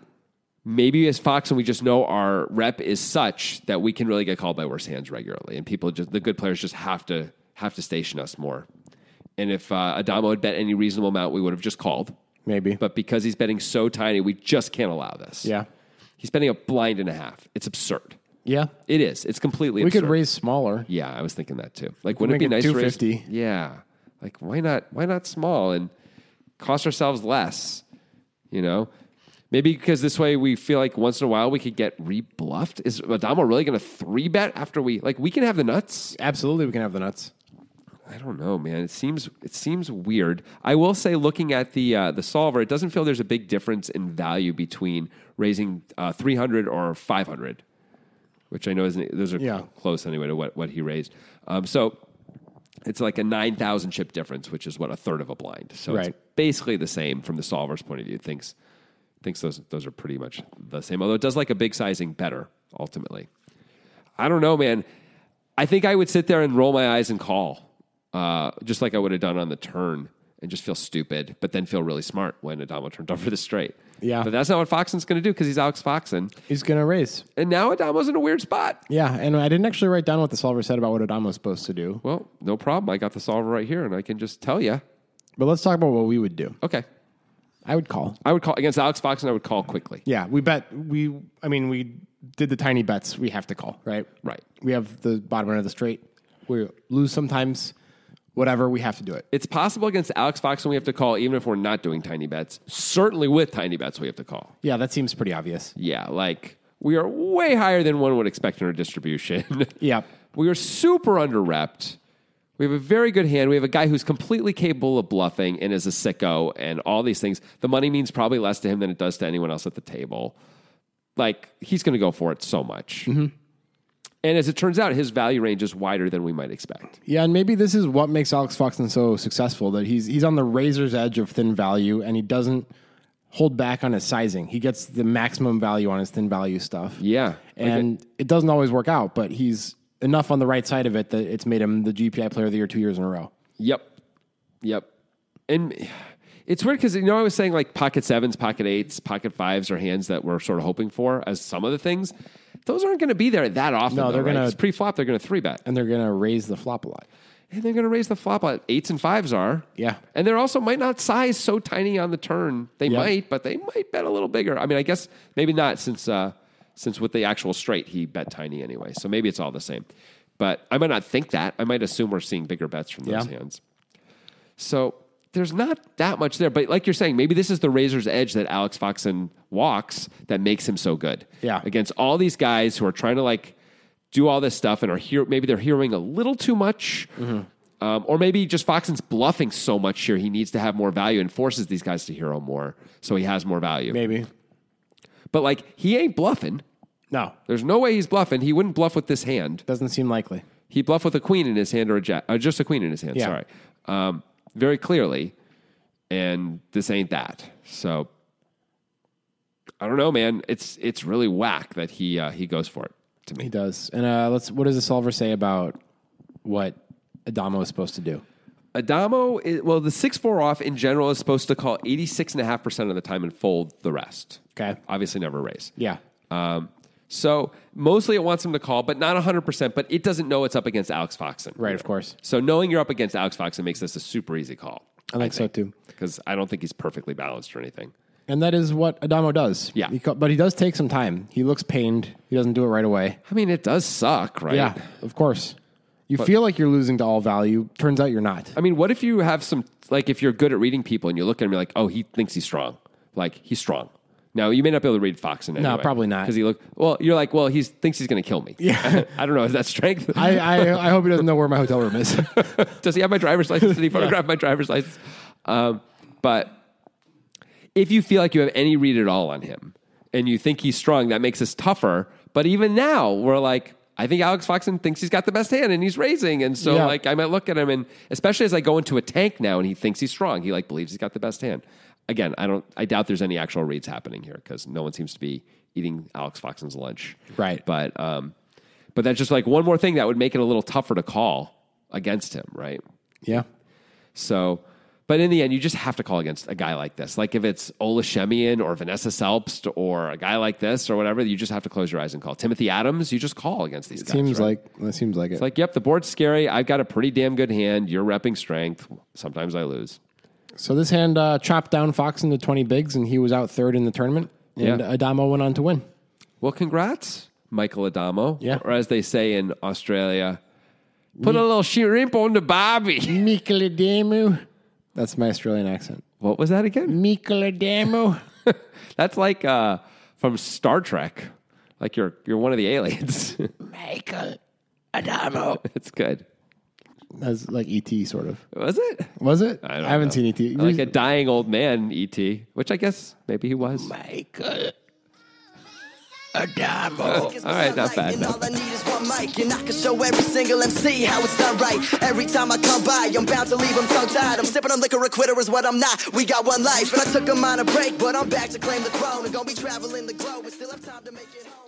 Speaker 1: maybe as Fox and we just know our rep is such that we can really get called by worse hands regularly, and people just the good players just have to have to station us more. And if uh, Adamo had bet any reasonable amount, we would have just called.
Speaker 3: Maybe.
Speaker 1: But because he's betting so tiny, we just can't allow this.
Speaker 3: yeah.
Speaker 1: he's betting a blind and a half. It's absurd.
Speaker 3: Yeah.
Speaker 1: It is. It's completely.
Speaker 3: We could
Speaker 1: absurd.
Speaker 3: raise smaller.
Speaker 1: Yeah, I was thinking that too. Like, wouldn't it be
Speaker 3: make
Speaker 1: nice
Speaker 3: it
Speaker 1: to raise?
Speaker 3: 250.
Speaker 1: Yeah, like why not? Why not small and cost ourselves less? You know, maybe because this way we feel like once in a while we could get rebluffed. Is Adamo really going to three bet after we like we can have the nuts?
Speaker 3: Absolutely, we can have the nuts.
Speaker 1: I don't know, man. It seems it seems weird. I will say, looking at the uh, the solver, it doesn't feel there's a big difference in value between raising uh, three hundred or five hundred, which I know isn't those are
Speaker 3: Yeah.
Speaker 1: close anyway to what what he raised. Um, so it's like a nine thousand chip difference, which is what a third of a blind. So
Speaker 3: Right.
Speaker 1: it's basically the same from the solver's point of view. Thinks thinks those those are pretty much the same. Although it does like a big sizing better ultimately. I don't know, man. I think I would sit there and roll my eyes and call, uh, just like I would have done on the turn, and just feel stupid, but then feel really smart when Adamo turned over the straight.
Speaker 3: Yeah.
Speaker 1: but that's not what Foxen's going to do because he's Alex Foxen,
Speaker 3: He's going to raise.
Speaker 1: and now Adamo's in a weird spot.
Speaker 3: Yeah. And I didn't actually write down what the solver said about what Adamo was supposed to do.
Speaker 1: Well, no problem. I got the solver right here, and I can just tell you.
Speaker 3: But let's talk about what we would do.
Speaker 1: Okay,
Speaker 3: I would call.
Speaker 1: I would call against Alex Foxen. I would call quickly.
Speaker 3: Yeah, we bet. We, I mean, we did the tiny bets. We have to call, right?
Speaker 1: Right.
Speaker 3: We have the bottom end of the straight. We lose sometimes. Whatever, we have to do it.
Speaker 1: It's possible against Alex Foxen we have to call, even if we're not doing tiny bets. Certainly with tiny bets we have to call.
Speaker 3: Yeah, that seems pretty obvious.
Speaker 1: Yeah, like we are way higher than one would expect in our distribution.
Speaker 3: Yeah.
Speaker 1: We are super underrepped. We have a very good hand. We have a guy who's completely capable of bluffing and is a sicko and all these things. The money means probably less to him than it does to anyone else at the table. Like, he's going to go for it so much.
Speaker 3: Mm-hmm.
Speaker 1: And as it turns out, his value range is wider than we might expect.
Speaker 3: Yeah, and maybe this is what makes Alex Foxton so successful that he's he's on the razor's edge of thin value, and he doesn't hold back on his sizing. He gets the maximum value on his thin value stuff.
Speaker 1: Yeah. like
Speaker 3: and it doesn't always work out, but he's enough on the right side of it that it's made him the GPI player of the year two years in a row.
Speaker 1: Yep. Yep. And it's weird because, you know, I was saying like pocket sevens, pocket eights, pocket fives are hands that we're sort of hoping for as some of the things. Those aren't going to be there that often.
Speaker 3: No,
Speaker 1: though,
Speaker 3: they're
Speaker 1: right?
Speaker 3: gonna-
Speaker 1: 'Cause pre-flop. They're going to three bet,
Speaker 3: And they're gonna raise the flop a lot.
Speaker 1: and they're going to raise the flop. On eights and fives are.
Speaker 3: Yeah.
Speaker 1: and they're also might not size so tiny on the turn. They
Speaker 3: Yeah.
Speaker 1: might, but they might bet a little bigger. I mean, I guess maybe not since uh, since with the actual straight he bet tiny anyway. So maybe it's all the same. But I might not think that. I might assume we're seeing bigger bets from those
Speaker 3: Yeah.
Speaker 1: hands. So there's not that much there. But like you're saying, maybe this is the razor's edge that Alex Foxen walks that makes him so good.
Speaker 3: Yeah.
Speaker 1: Against all these guys who are trying to like do all this stuff and are here, maybe they're hearing a little too much. Um, or maybe just Foxen's bluffing so much here, he needs to have more value and forces these guys to hero more, so he has more value.
Speaker 3: Maybe.
Speaker 1: But like he ain't bluffing.
Speaker 3: No,
Speaker 1: There's no way he's bluffing. He wouldn't bluff with this hand.
Speaker 3: Doesn't seem likely.
Speaker 1: He bluffed with a queen in his hand or a jack, uh, just a queen in his hand.
Speaker 3: Yeah.
Speaker 1: Sorry, um, very clearly, and this ain't that. So I don't know, man. It's it's really whack that he uh, he goes for it to
Speaker 3: He
Speaker 1: me.
Speaker 3: does. And uh, let's. What does the solver say about what Adamo is supposed to do?
Speaker 1: Adamo, is, well, the six four off in general is supposed to call eighty six and a half percent of the time and fold the rest.
Speaker 3: Okay.
Speaker 1: obviously never raise.
Speaker 3: Yeah.
Speaker 1: Um, So mostly it wants him to call, but not 100%, but it doesn't know it's up against Alex Foxen.
Speaker 3: Right, of course.
Speaker 1: So knowing you're up against Alex Foxen makes this a super easy call.
Speaker 3: I think so too.
Speaker 1: Because I don't think he's perfectly balanced or anything.
Speaker 3: And that is what Adamo does.
Speaker 1: Yeah.
Speaker 3: He co- but he does take some time. He looks pained. He doesn't do it right away.
Speaker 1: I mean, it does suck, right?
Speaker 3: Yeah, of course. You feel like you're losing to all value. Turns out you're not.
Speaker 1: I mean, what if you have some, like, if you're good at reading people and you look at him, you're like, oh, he thinks he's strong. Like, he's strong. Now, you may not be able to read Fox in any
Speaker 3: No, probably not.
Speaker 1: Because he look, well, you're like, well, he thinks he's going to kill me. Yeah. I don't know. Is that strength?
Speaker 3: I, I, I hope he doesn't know where my hotel room is.
Speaker 1: Does he have my driver's license? Did he photograph my driver's license? Um, but if you feel like you have any read at all on him and you think he's strong, that makes us tougher. But even now, we're like, I think Alex Foxen thinks he's got the best hand and he's raising. And so,
Speaker 3: Yeah.
Speaker 1: like, I might look at him and especially as I go into a tank now and he thinks he's strong, he like believes he's got the best hand. Again, I don't, I doubt there's any actual reads happening here because no one seems to be eating Alex Foxen's lunch.
Speaker 3: Right.
Speaker 1: But, um, but that's just like one more thing that would make it a little tougher to call against him, right?
Speaker 3: yeah.
Speaker 1: So, but in the end, you just have to call against a guy like this. Like if it's Ola Shemian or Vanessa Selbst or a guy like this or whatever, you just have to close your eyes and call. Timothy Adams, you just call against these guys.
Speaker 3: Seems
Speaker 1: right?
Speaker 3: like that seems like it.
Speaker 1: It's like, yep, the board's scary. I've got a pretty damn good hand. You're repping strength. Sometimes I lose.
Speaker 3: so this hand uh, chopped down Fox into 20 bigs and he was out third in the tournament and
Speaker 1: Yeah.
Speaker 3: Adamo went on to win.
Speaker 1: Well, congrats, Michael Adamo.
Speaker 3: Yeah.
Speaker 1: Or as they say in Australia, put a little shrimp on the barbie.
Speaker 3: Mikel Adamo. That's my Australian accent.
Speaker 1: What was that again?
Speaker 3: Mikel Adamo.
Speaker 1: That's like uh, from Star Trek. Like you're you're one of the aliens.
Speaker 3: Michael Adamo.
Speaker 1: it's good.
Speaker 3: That's like ET sort of.
Speaker 1: Was it?
Speaker 3: Was it?
Speaker 1: I, don't
Speaker 3: haven't
Speaker 1: know.
Speaker 3: seen E ET.
Speaker 1: Like a dying old man, E.T., which I guess maybe he was.
Speaker 3: Michael Adamo.
Speaker 4: All
Speaker 1: right, not bad, not
Speaker 4: All I need is one mic, and I can show every single MC how it's done right. Every time I come by, I'm bound to leave them tongue tied. I'm sipping on liquor, a quitter is what I'm not. We got one life, and I took a minor break, but I'm back to claim the throne. And gonna be traveling the globe, and still have time to make it home.